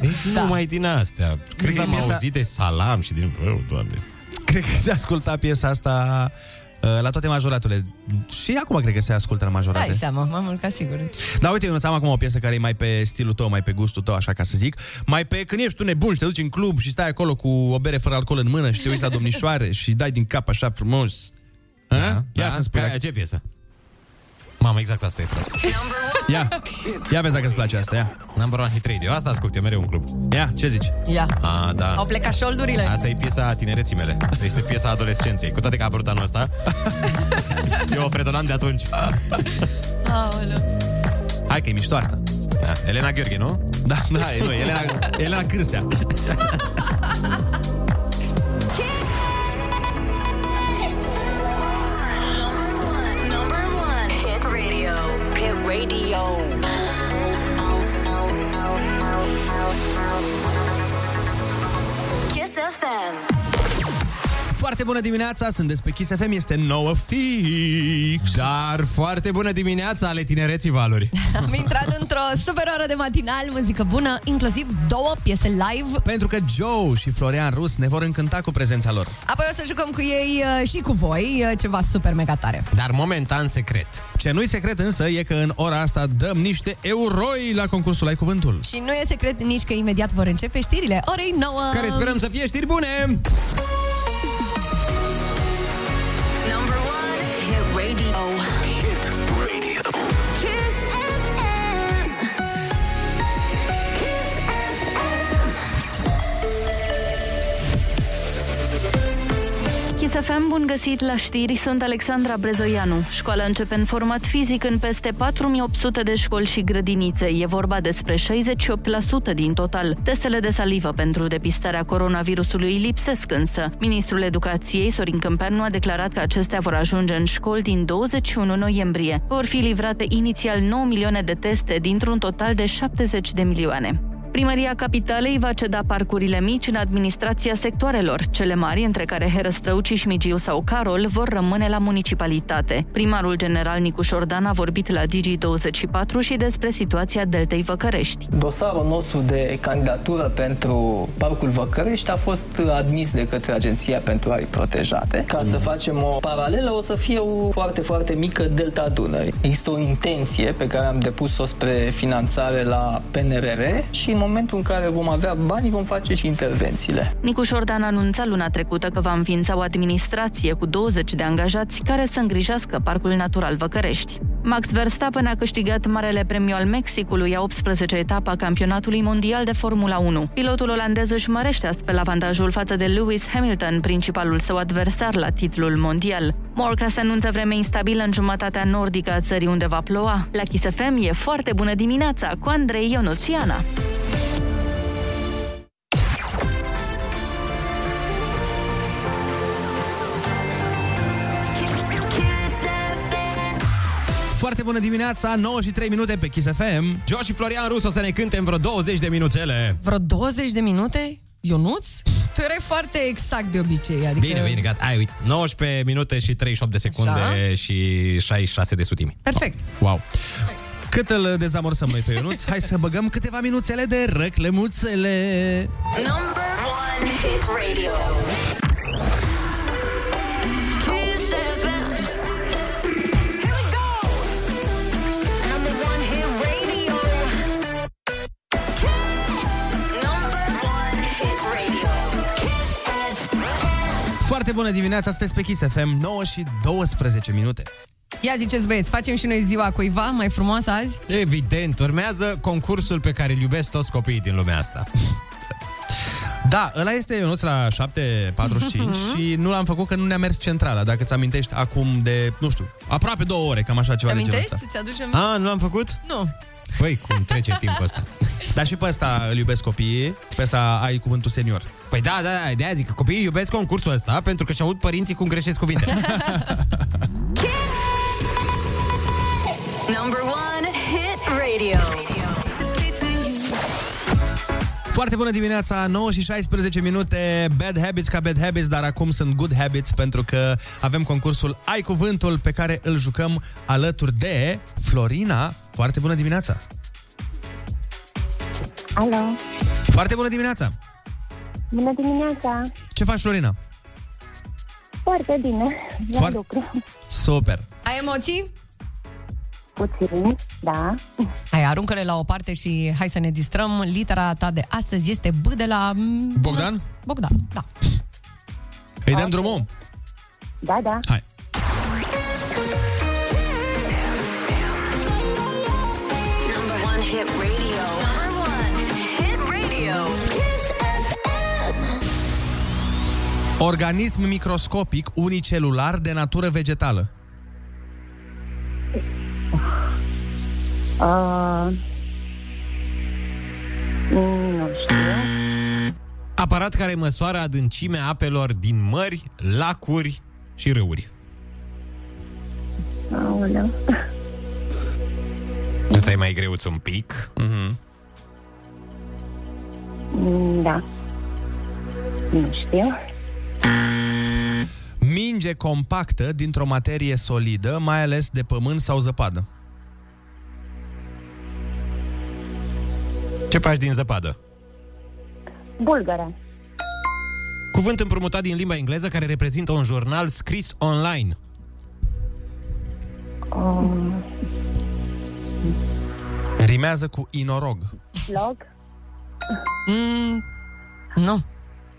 deci da. numai din astea. Cred
că
că am
piesa-
auzit de Salam și din... Bă, doamne.
Cred că se asculta piesa asta uh, la toate majoraturile. Și acum cred că se ascultă la majorate.
Dai seama, mai mult ca sigur.
Da, uite, eu am acum o piesă care e mai pe stilul tău, mai pe gustul tău, așa ca să zic. Mai pe când ești tu nebun și te duci în club și stai acolo cu o bere fără alcool în mână și te uiți la domnișoare și dai din cap așa frumos. Da, Ia
da?
să-mi spui.
Ca-
dacă-
Ce piesă? Mamă, exact asta e, frate.
Ia, ia vezi dacă îți place asta, ia.
Number one hit radio. Asta ascult eu mereu în club.
Ia, ce zici?
Ia.
A, da.
Au plecat șoldurile.
Asta e piesa tinereții mele. Asta este piesa adolescenței. Cu toate că a apărut
[laughs]
anul ăsta, eu o fredonam de atunci.
Aoleu.
Hai că e mișto asta.
Da. Elena Gheorghe, nu?
Da, da, e, nu, Elena, Elena Cârstea.
Number one hit radio. Hit radio. Kiss FM.
Foarte bună dimineața, sunt pe Kiss FM, este nouă fix.
Dar foarte bună dimineața ale tinereții valori.
Am intrat într-o super oră de matinal, muzică bună, inclusiv două piese live.
Pentru că Joe și Florian Rus ne vor încânta cu prezența lor.
Apoi o să jucăm cu ei uh, și cu voi uh, ceva super mega tare.
Dar momentan secret.
Ce nu-i secret însă e că în ora asta dăm niște euroi la concursul Ai Cuvântul.
Și nu e secret nici că imediat vor începe știrile orei 9.
Care sperăm să fie știri bune!
Number one hit radio. Hit radio. Kiss FM. Kiss FM.
Chisafem, bun găsit la știri, sunt Alexandra Brezoianu. Școala începe în format fizic în peste 4800 de școli și grădinițe. E vorba despre 68% din total. Testele de salivă pentru depistarea coronavirusului lipsesc însă. Ministrul Educației, Sorin Câmpeanu, a declarat că acestea vor ajunge în școli din 21 noiembrie. Vor fi livrate inițial 9 milioane de teste dintr-un total de 70 de milioane. Primăria Capitalei va ceda parcurile mici în administrația sectoarelor. Cele mari, între care Herăstrăuci, Șmigiu sau Carol, vor rămâne la municipalitate. Primarul general Nicu Șordan a vorbit la Digi24 și despre situația Deltei Văcărești.
Dosarul nostru de candidatură pentru Parcul Văcărești a fost uh, admis de către Agenția pentru Arii Protejate. Ca să facem o paralelă, o să fie o foarte, foarte mică delta Dunării. Există o intenție pe care am depus-o spre finanțare la PNRR și în momentul în care vom avea bani, vom face și intervențiile.
Nicu Șordan anunța luna trecută că va înființa o administrație cu 20 de angajați care să îngrijească Parcul Natural Văcărești. Max Verstappen a câștigat Marele Premiu al Mexicului a 18-a etapă a campionatului mondial de Formula 1. Pilotul olandez își mărește astfel avantajul față de Lewis Hamilton, principalul său adversar la titlul mondial. Morcast anunță vreme instabilă în jumătatea nordică a țării unde va ploua. La Kiss FM e foarte bună dimineața cu Andrei Ionuț și Ana.
Kiss FM.
Foarte bună dimineața, 9 și 3 minute pe Kiss FM.
Joe și Florian Rus o să ne cântem vreo 20 de minuțele.
Vreo 20 de minute? Ionuț? Tu erai foarte exact de obicei. Adică...
Bine, bine, gata. Ai, uite, 19 minute și 38 de secunde
Așa.
și 66 de sutimi.
Perfect.
Wow.
Cât îl dezamorsăm noi pe Ionuț, hai să băgăm câteva minuțele de răclemuțele.
Number one hit radio. Kiss FM. Here we go. Number one hit radio. Kiss. Number one hit radio. Kiss FM.
Foarte bună dimineața, sunteți pe Kiss FM, 9 și 12 minute.
Ia ziceți băieți, facem și noi ziua cuiva mai frumoasă azi?
Evident, urmează concursul pe care îl iubesc toți copiii din lumea asta.
[laughs] Da, ăla este Ionuț la 7.45 și nu l-am făcut că nu ne-a mers centrala, dacă ți amintești acum de, nu știu, aproape două ore, cam așa ceva
Te
de genul
amintești?
ăsta. Ah,
Ți aducem?
Păi,
A, nu l-am făcut?
Nu.
Băi, cum trece timpul ăsta.
Dar și pe ăsta îl iubesc copiii, pe ăsta ai cuvântul senior.
Păi da, da, da, de-aia zic că copiii iubesc concursul ăsta pentru că și aud părinții cum greșesc cuvinte.
Number one hit radio.
Foarte bună dimineața, 9 și 16 minute, Bad Habits ca Bad Habits, dar acum sunt Good Habits pentru că avem concursul Ai Cuvântul pe care îl jucăm alături de Florina. Foarte bună dimineața!
Alo,
Foarte bună dimineața!
bună dimineața!
Ce faci, Florina?
Foarte bine, la
Foarte-
lucru.
Super!
Ai emoții?
Puțin, da.
Hai, aruncă-le la o parte și hai să ne distrăm. Litera ta de astăzi este B de la... mm,
Bogdan?
Bogdan, da.
Îi dăm drumul?
Da, da.
Hai.
Number one hit radio. Number one hit radio. Kiss FM.
Organism microscopic unicelular de natură vegetală.
Uh, [laughs] mm, nu știu.
Aparat care măsoară adâncimea apelor din mări, lacuri și râuri.
Aoleu.
Asta e mai greuț un pic.
Mhm.
Mm-hmm.
Mm, Da. Nu știu.
Minge compactă dintr-o materie solidă, mai ales de pământ sau zăpadă.
Ce faci din zăpadă?
Bulgăre.
Cuvânt împrumutat din limba engleză care reprezintă un jurnal scris online.
Um,
Rimează cu inorog.
vlog.
Mm, nu.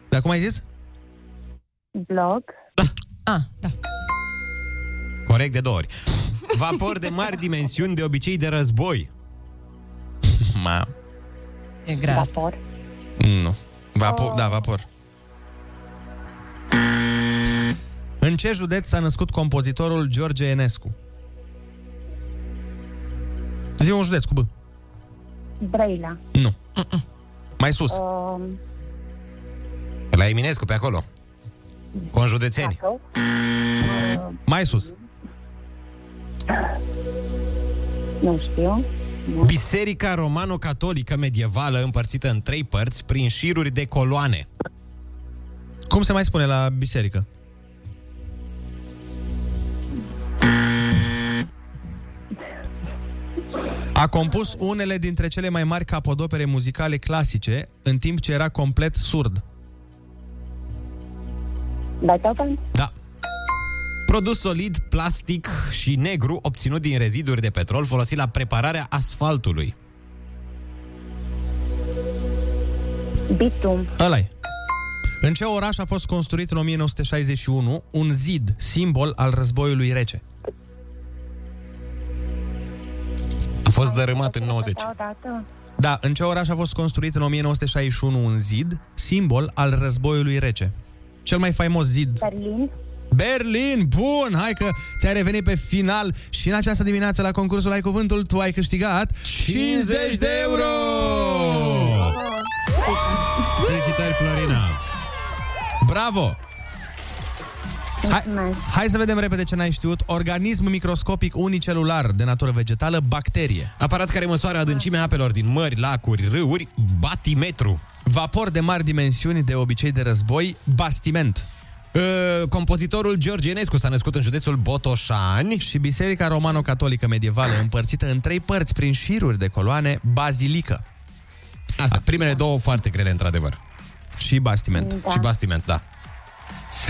Dar cum ai
[laughs]
zis?
Vlog.
Ah, da.
Corect de două ori. Vapor de mari dimensiuni, de obicei de război. Ma.
E grea asta.
Vapor.
Nu. Vapor,
Oh.
da, vapor. În ce județ s-a născut compozitorul George Enescu? Zi un județ cu B.
Brăila.
Nu. Mai sus.
Um,
La Eminescu, pe acolo. Conjudețeni.
Bacău.
Mai sus.
Nu știu.
Biserica romano-catolică medievală împărțită în trei părți prin șiruri de coloane.
Cum se mai spune la biserică? A compus unele dintre cele mai mari capodopere muzicale clasice, în timp ce era complet surd.
Beethoven.
Da. Produs solid, plastic și negru obținut din reziduri de petrol folosit la prepararea asfaltului.
Bitum.
ăla -i. În ce oraș a fost construit în 1961 un zid, simbol al războiului rece?
A fost dărâmat în 90.
Da, odată.
Da, în ce oraș a fost construit în 1961 un zid, simbol al războiului rece? Cel mai faimos zid
Berlin.
Berlin, bun, hai că ți-ai revenit pe final și în această dimineață la concursul Ai Cuvântul tu ai câștigat 50 de euro!
Felicitări, Florina!
Bravo! Hai,
Mulțumesc.
hai să vedem repede ce n-ai știut. Organism microscopic unicelular de natură vegetală, bacterie.
Aparat care măsoară adâncimea apelor din mări, lacuri, râuri, batimetru.
Vapor de mari dimensiuni, de obicei de război, bastiment.
Uh, Compozitorul George Enescu s-a născut în județul Botoșani.
Și biserica romano-catolică medievală, împărțită în trei părți prin șiruri de coloane, bazilică
Asta, primele două foarte grele, într-adevăr.
și bastiment.
Și bastiment, da.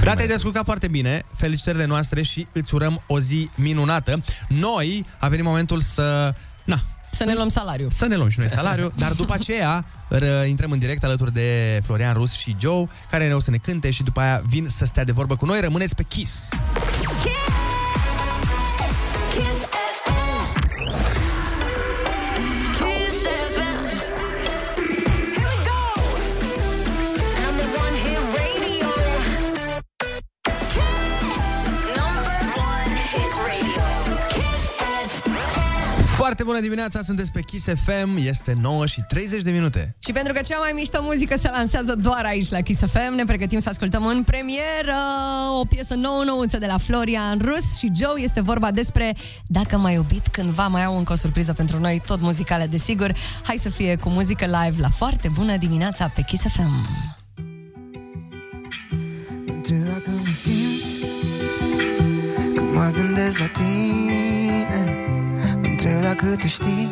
Da, te-ai descurcat foarte bine, felicitările noastre și îți urăm o zi minunată. Noi a venit momentul să... Na,
Să ne luăm salariu.
să ne luăm și noi salariu, dar după aceea ră, intrăm în direct alături de Florian Rus și Joe, care ne o să ne cânte și după aia vin să stea de vorbă cu noi. Rămâneți pe Kiss!
Kiss FM. Kiss FM. Here we go. Number one hit radio. Kiss. Number one hit radio. Kiss FM.
Foarte bună bună dimineața, sunteți pe Kiss FM, este 9 și 30 de minute.
Și pentru că cea mai mișto muzică se lansează doar aici la Kiss FM, ne pregătim să ascultăm în premieră o piesă nouă nouță de la Florian Rus și Joe. Este vorba despre Dacă m-ai iubit cândva, mai au încă o surpriză pentru noi, tot muzicale, desigur. Hai să fie cu muzică live la foarte bună dimineața pe Kiss FM.
întreb dacă mă simți Când mă gândesc la tine Mă întreb dacă tu știi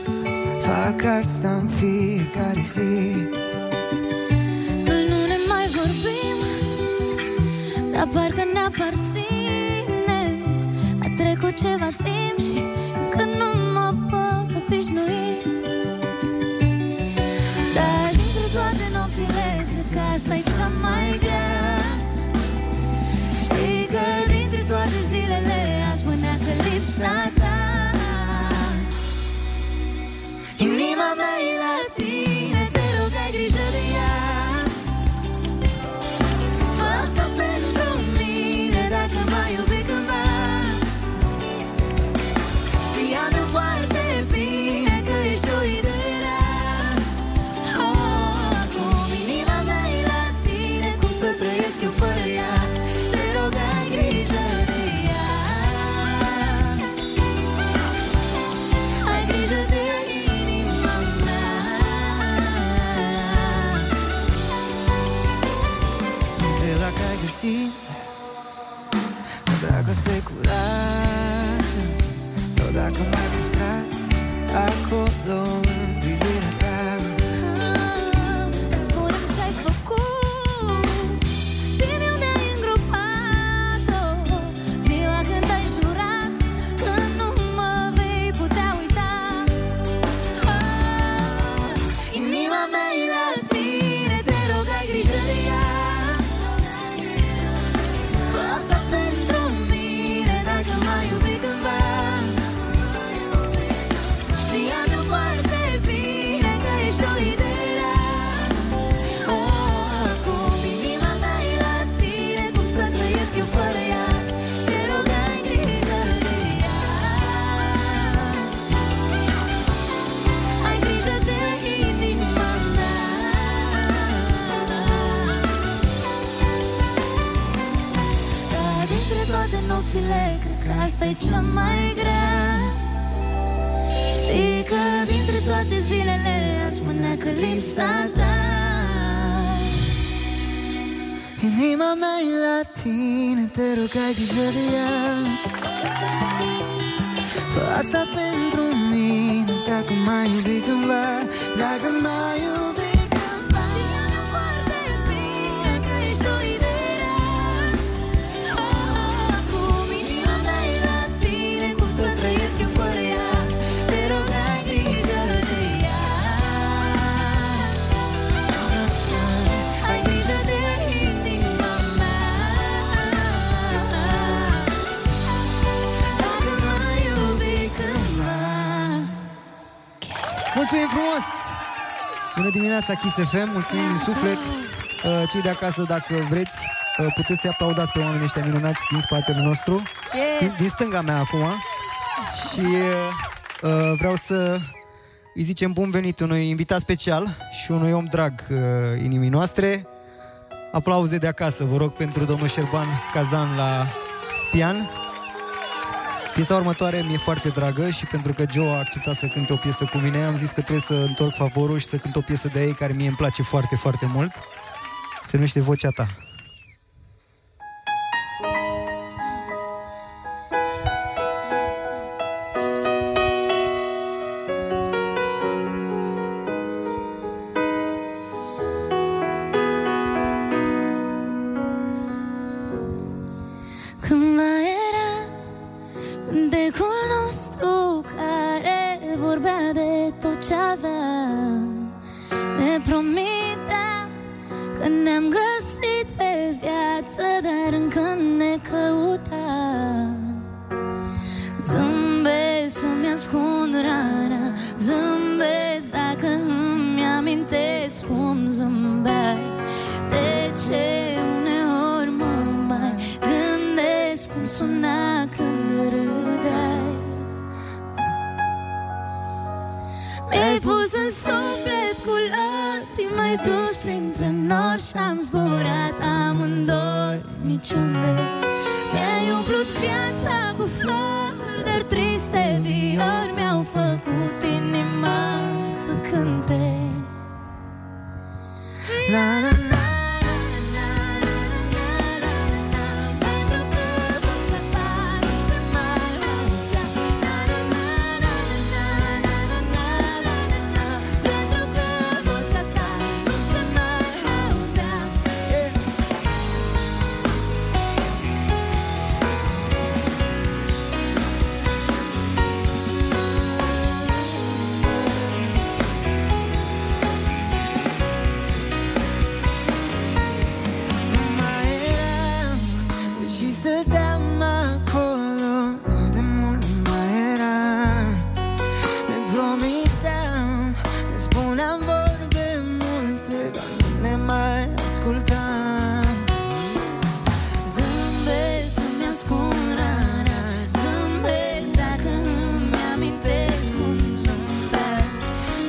Fac asta în fiecare zi
Noi nu ne mai vorbim Dar parcă ne aparținem A trecut ceva timp și Încă nu mă pot obișnui Dar dintre toate nopțile Cred că asta e cea mai grea Știi că dintre toate zilele Aș mânea că lipsa ta Inima mea e la tine Te rog, ai grijă de ea Fă asta pentru mine Dacă mai iubi cândva Știam eu foarte bine Că ești tu ideea oh, Acum inima mea e la tine Cum să trăiesc eu fără ea Te rog, ai grijă de ea Ai grijă de inima mea
Întreb dacă ai găsit O dragoste curată Sau dacă m-ai păstrat Acolo în privirea ta
Spune-mi ce-ai făcut Zine unde ai îngropat-o Ziua când ai jurat Că nu mă vei putea uita Ah, Inima mea e la tine Te rog, ai grijă de ea Fă asta pentru mine Dacă m-ai iubit cândva Știam eu foarte bine că ești o idee Oh, acum inima mea e la tine Cum să trăiesc eu fără ea Te rog, ai grijă de ea Ai grijă de inima mea Dar dintre toate nopțile Cred că asta e cea mai grea Știi că dintre toate zilele Ați spunea că lipsa ta
Inima mea e la tine Te rog, ai grijă de ea Fă asta pentru mine Dacă m-ai iubit cândva Dacă m-ai iubit cândva
Că ești o idee
Ah,
Oh, acum inima mea e la tine
né,
Cum să trăiesc eu fără ea
ah,
Te rog, ai grijă de ea Ai grijă de inima mea Dacă m-ai iubit cândva
Mulțumim frumos! Bună dimineața, Kiss FM, mulțumim din suflet. Uh, Cei de acasă, dacă vreți, uh, puteți să-i aplaudați pe oamenii ăștia minunați din spatele nostru.
Yes.
Din, din stânga mea acum. Și uh, uh, vreau să îi zicem bun venit unui invitat special și unui om drag uh, inimii noastre. Aplauze de acasă, vă rog, pentru domnul Șerban Cazan la pian. Piesa următoare mi-e foarte dragă și pentru că Joe a acceptat să cânte o piesă cu mine, am zis că trebuie să întorc favorul și să cânt o piesă de ei care mie îmi place foarte, foarte mult. Se numește Vocea ta.
Când mai era decul nostru care vorbea de tot ce avea Ne promitea că ne-am găsit pe viață Dar încă ne căuta Zâmbesc să-mi ascund rana Zâmbesc dacă îmi amintesc cum zâmbeai De ce uneori mă mai gândesc Cum suna când râdeai Mi-ai pus în suflet cu lacrimi Mai dus printre nori și am zburat amândoi niciunde Mi-ai umplut viața cu flori Dar triste viori mi-au făcut inima să cânte La la la
mai eram Și stăteam acolo Nu de mult nu mai eram Ne promiteam Ne spuneam vorbe multe Dar nu le mai ascultam
Zâmbesc să-mi ascund rana Zâmbesc dacă îmi amintesc cum zâmbeam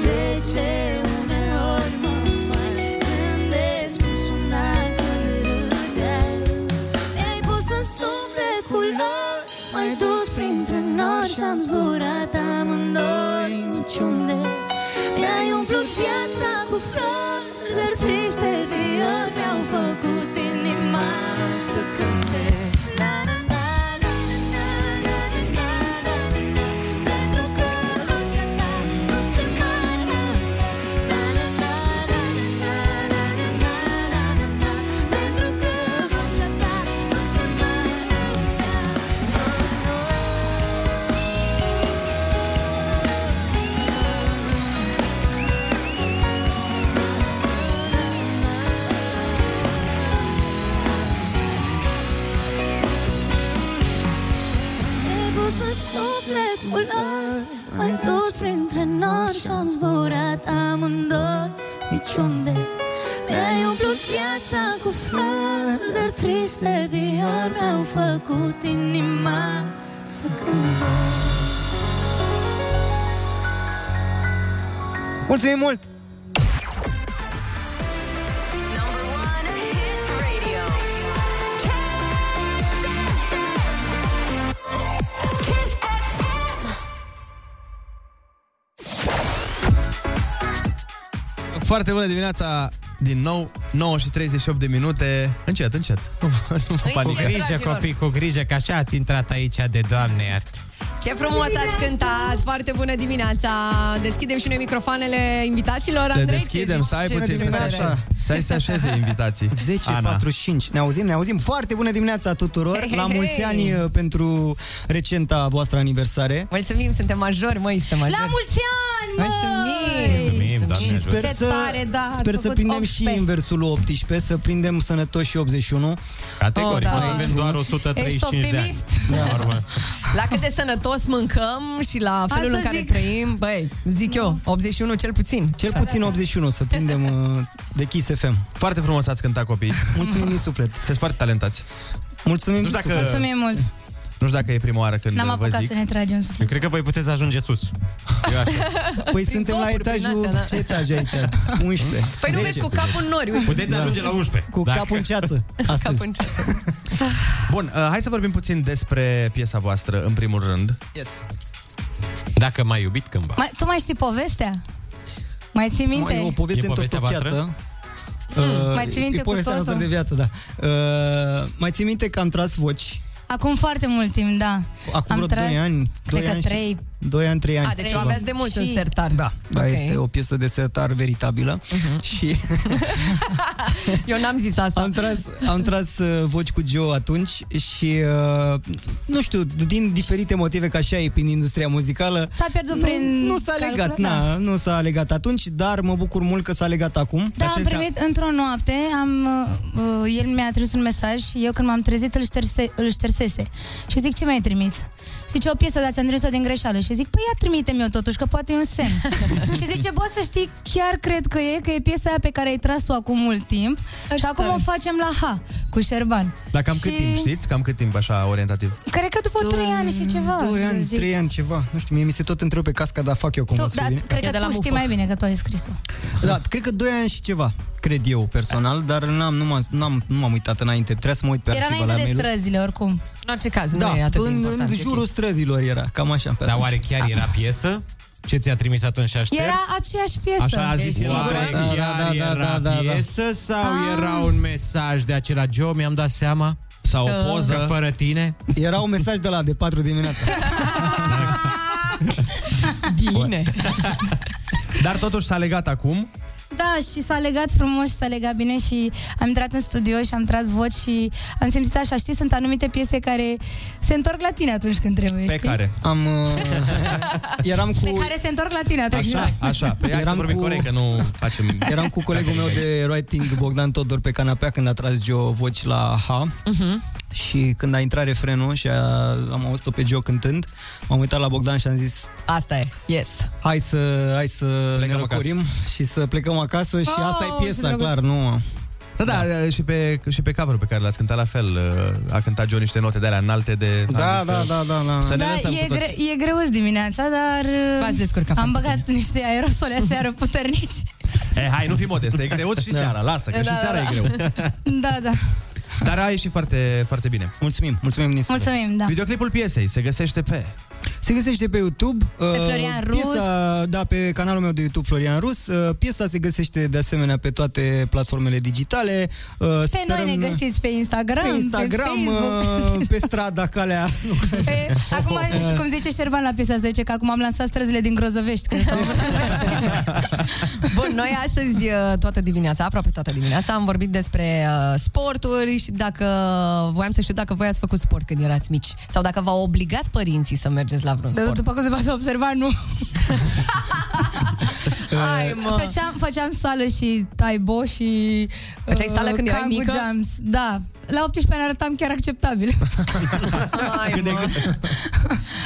De ce uneori mă mai gândesc Cum suna când râdeai Mi-ai pus în suflet culori Mai dus printre nori și-am zburat amândoi niciunde Mi-ai umplut viața cu flori Dar triste viori mi-au făcut inima să cânte Na, na, na, na, na, na, na, na, na. Pentru că vocea ta nu se mai auze. Na, na, na, na, na, na, na, na, na, na, na. Pentru că vocea ta nu se mai auze. Te-ai pus în sufletul ăla Mai dus printre nori și-am zburat amândoi Niciunde Mi-ai umplut viața cu flori Dar triste viori mi-au făcut inima să cânte
Mulțumim mult!
Foarte bună dimineața din nou, 9 și 38 de minute. Încet, încet. Nu, vă- nu vă
Cu grijă,
panicați.
copii, cu grijă, că așa ați intrat aici de Doamne iartă.
Ce frumos ați cântat! Foarte bună dimineața! Deschidem și noi microfoanele invitaților.
Le
Andrei, ce
deschidem,
zici?
stai
Ce
puțin, stai
reținere?
așa. Stai să se așeze invitații.
10.45. Ne auzim, ne auzim. Foarte bună dimineața tuturor.
Hei, hei,
La mulți
hei.
ani uh, pentru recenta voastră aniversare.
Mulțumim, suntem majori, măi, suntem majori.
La
mulți ani, măi! Mulțumim!
și sper
Ce
să,
tare, da, ați
sper să
făcut
prindem
18.
și inversul 18, să prindem sănătoși și 81.
Categoric, Oh, da. mai avem doar Ești
135
optimist?
Da.
La cât de sănătos mâncăm și la felul
Asta
în care
zic.
trăim, băi, zic eu, 81 cel puțin.
Cel puțin 81, să prindem uh, de Kiss FM.
Foarte frumos ați cântat, copii.
Mulțumim din suflet.
Sunteți foarte talentați.
Mulțumim
nu știu dacă,
Mulțumim mult.
Nu știu dacă e prima oară când
N-am
vă
apucat
zic.
să ne tragem sufletul.
Eu cred că voi puteți ajunge sus. Eu așa.
[laughs]
Păi suntem la etajul... Ce etaj e aici?
[laughs]
11.
da. Păi nu vezi cu capul în nori. uite.
la 11.
Cu
dacă-
capul în ceață.
Cap
Da. Astăzi.
în ceas.
Bun, uh, hai să vorbim puțin despre piesa voastră, în primul rând.
Yes.
Dacă m-ai iubit cândva.
Mai, tu mai știi povestea? Mai ții minte?
Mai e o poveste
E povestea
întotdeacheată.
Mm,
Uh,
mai ții minte
e
cu
povestea noastră de
totul?
viață, da. Uh, mai ții minte că am tras voci
Acum foarte mult timp, da.
acum vreo 2 ani,
cred
2
că
ani,
trei.
2 ani, 3 ani.
A, deci o aveați de mult în
Și-
sertar.
Da, da
Ok. Mhm.
este o piesă de sertar veritabilă uh-huh.
[laughs]
și
Eu n-am zis asta.
Am tras, am tras uh, voci cu Joe atunci și uh, nu știu, din diferite motive ca așa e prin industria muzicală.
S-a pierdut
nu,
prin
nu s-a
calcul,
legat,
da.
na, nu s-a legat atunci, dar mă bucur mult că s-a legat acum.
Da, am primit într-o noapte, am, uh, uh, el mi-a trimis un mesaj și eu când m-am trezit îl, șterse, îl ștersese. Și zic, ce mi-ai trimis? zice o piesă, dar ți-am trimis-o din greșeală. Și zic, păi ia trimite-mi eu totuși, că poate e un
[laughs]
semn. și zice, bă, să știi, chiar cred că e, că e piesa aia pe care ai tras tu acum mult timp și acum o facem la H, cu Șerban.
Dar Da, cam cât
Și-
timp, știți? Cam cât timp așa orientativ?
Cred că după 3 ani și ceva.
2 ani,
Ah, zic.
3 ani, ceva. Nu știu, mie mi se tot întreb pe casca, dar fac eu cum
Tu,
o să
dar
vine.
cred că tu știi mai bine că tu ai scris-o.
Da, cred că 2 ani și ceva, cred eu personal, dar n-am, nu, m-am, n-am, nu m-am uitat înainte. Trebuia să mă uit pe
Era
arhiva
înainte
la
de
mail
străzile, oricum. În orice caz,
Da, în, în jurul străzilor era, cam așa. Pe
Dar
atunci.
oare chiar era piesă? Ce ți-a trimis atunci și a șters?
Era aceeași piesă.
Oare
Da, da,
chiar
da, da,
era
da, da, da.
piesă sau
Ah.
era un mesaj de acela Joe, mi-am dat seama?
Sau
o poză?
Că fără tine?
Era un mesaj de la de 4 dimineața.
Bine.
Dar totuși s-a legat acum.
Da, și s-a legat frumos și s-a legat bine și am intrat în studio și am tras voci și am simțit așa, știi, sunt anumite piese care se întorc la tine atunci când trebuie.
Pe
știi?
care?
Am... Uh,
[laughs]
eram cu...
Pe care se întorc la tine atunci.
Așa, așa. Păi hai să
Eram
vorbim
cu-
corect, că nu facem...
[laughs] Eram cu colegul meu de writing, Bogdan Todor, pe canapea când a tras Gio voci la H.
Mhm.
Uh-huh.
Și când a intrat refrenul și a, am auzit-o pe Gio cântând, m-am uitat la Bogdan și am zis
Asta e, yes.
hai să, hai să plecăm ne răcorim și să plecăm acasă și
Oh,
asta e
ce
piesa,
drăguț.
clar, nu...
Da, da, și pe, și pe cover pe care l-ați cântat la fel. uh, A cântat Joe niște note de alea înalte de...
Da,
am zis
da,
că-
da, da, da.
Să ne
Da,
lăsăm
e,
cu toți.
gre- e greu dimineața, dar uh,
V-ați descurcat
am
foarte
băgat niște aerosole
[laughs]
aseară puternici.
E, hai, nu fi modest, e greu și seara, lasă, că
Da,
și
da,
seara
da.
e greu.
Da, da.
Dar a ieșit foarte, foarte bine.
Mulțumim, mulțumim, Nisule.
Mulțumim, da.
Videoclipul piesei se găsește pe...
Se găsește pe YouTube. Pe
Florian Rus.
Piesa, da, pe canalul meu de YouTube Florian Rus. Uh, Piesa se găsește de asemenea pe toate platformele digitale. Uh,
Pe noi ne găsiți pe Instagram,
pe Instagram,
pe Facebook.
uh, pe strada, calea.
[laughs] Pe, acum, știi cum zice Șerban la piesa 10, că acum am lansat străzile din Grozovești. Când
[laughs]
stau în
Bun, noi astăzi, uh, toată dimineața, aproape toată dimineața, am vorbit despre uh, sporturi și dacă uh, voiam să știu dacă voi ați făcut sport când erați mici sau dacă v-au obligat părinții să mergeți la vreun
Dar
sport.
după cum se poate observa, nu.
[laughs] Hai, mă.
Făceam, făceam sală și taibo și...
Făceai sală
uh,
când erai
Kangoo
mică?
Jams. Da. La 18 ani arătam chiar
[laughs]
acceptabil.
Hai, mă.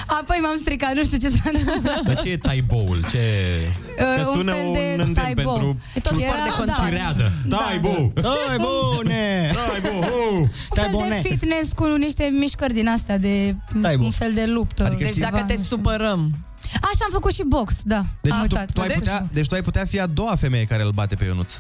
Apoi m-am stricat, nu știu ce s-a întâmplat.
Dar ce e taiboul? Ce...
Uh,
Că
un
sună
fel
un,
de
îndemn
taibo.
pentru...
E tot sport de contact.
Cireadă.
Da.
Taibo!
Ai bune!
Taibo! oh!
Un fel de fitness cu niște mișcări din astea de
Taibo.
un fel de luptă.
Adică
Deci
știi-
dacă te
supărăm.
Așa am făcut și box, da.
Deci,
am
tu,
uitat.
tu ai putea, deci tu ai putea fi a doua femeie care îl bate pe Ionuț.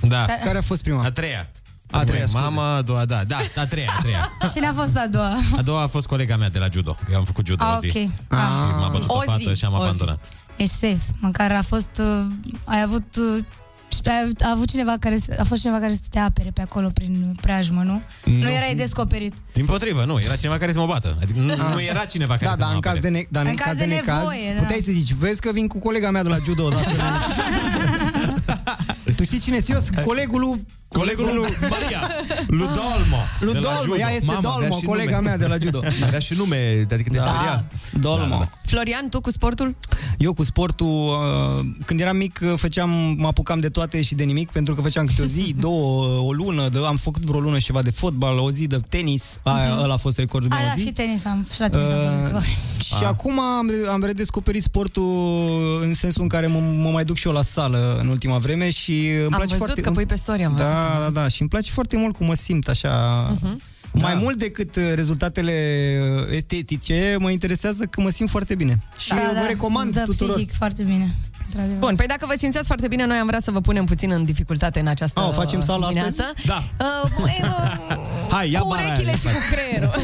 Da.
Care a fost prima?
A treia.
A treia, scuze.
Mama, a doua, da, da, a treia, a treia.
Cine a fost a doua?
A doua a fost colega mea de la judo. Eu am făcut judo
Ah,
o zi.
ok.
Și
Ah.
m-a bătut o
O zi,
fată și am
o zi.
abandonat.
Ești safe. Măcar a fost... Uh, ai avut... Uh, ai avut- a avut cineva care, să- a fost cineva care să te apere pe acolo prin uh, preajmă, nu? Nu, nu erai descoperit.
Din potrivă, nu, era cineva care să mă bată. Adică nu, nu era cineva care
Da,
să
da,
mă
în caz
apere.
de, ne- da,
Ah. În caz de nevoie, da.
puteai să zici, vezi că vin cu colega mea de la judo odată.
[laughs]
tu știi cine sunt eu? Sunt colegul lui [laughs] Ah,
Colegul lui Maria, lui Dolmo.
lui
de la
Dolmo,
judo.
ea este
Mamă, avea
Dolmo,
și
colega
nume.
mea de la judo.
Avea și nume, adică te da.
Ah,
speria.
Dolmo.
da.
Florian, tu cu sportul?
Eu cu sportul, uh, când eram mic, uh, făceam, mă apucam de toate și de nimic, pentru că făceam câte o
[laughs]
zi, două, uh, o lună, de, am făcut vreo lună și ceva de fotbal, o zi de tenis, aia,
Mhm.
ăla a fost recordul
A,
meu, o
da,
zi.
și tenis am, și la tenis am fost
Uh,
câteva ore.
Și acum am, am redescoperit sportul în sensul în care mă, mă mai duc și eu la sală în ultima vreme și îmi
Am
place
văzut
foarte...
că pui pe story, am văzut. Mhm.
da, da, da, și îmi place foarte mult cum mă simt așa... Mai
Da.
mult decât uh, rezultatele uh, estetice, mă interesează că mă simt foarte bine. Și
da,
vă
da,
recomand
îți dă
tuturor.
psihic foarte bine. într-adevăr.
Bun, păi dacă vă simțeați foarte bine, noi am vrea să vă punem puțin în dificultate în această
A, Ah, o Oh, facem sală
dimineață.
astăzi?
Da.
Uh, e, uh,
Hai, ia
cu
bara aia
urechile
de
și cu creierul. [laughs]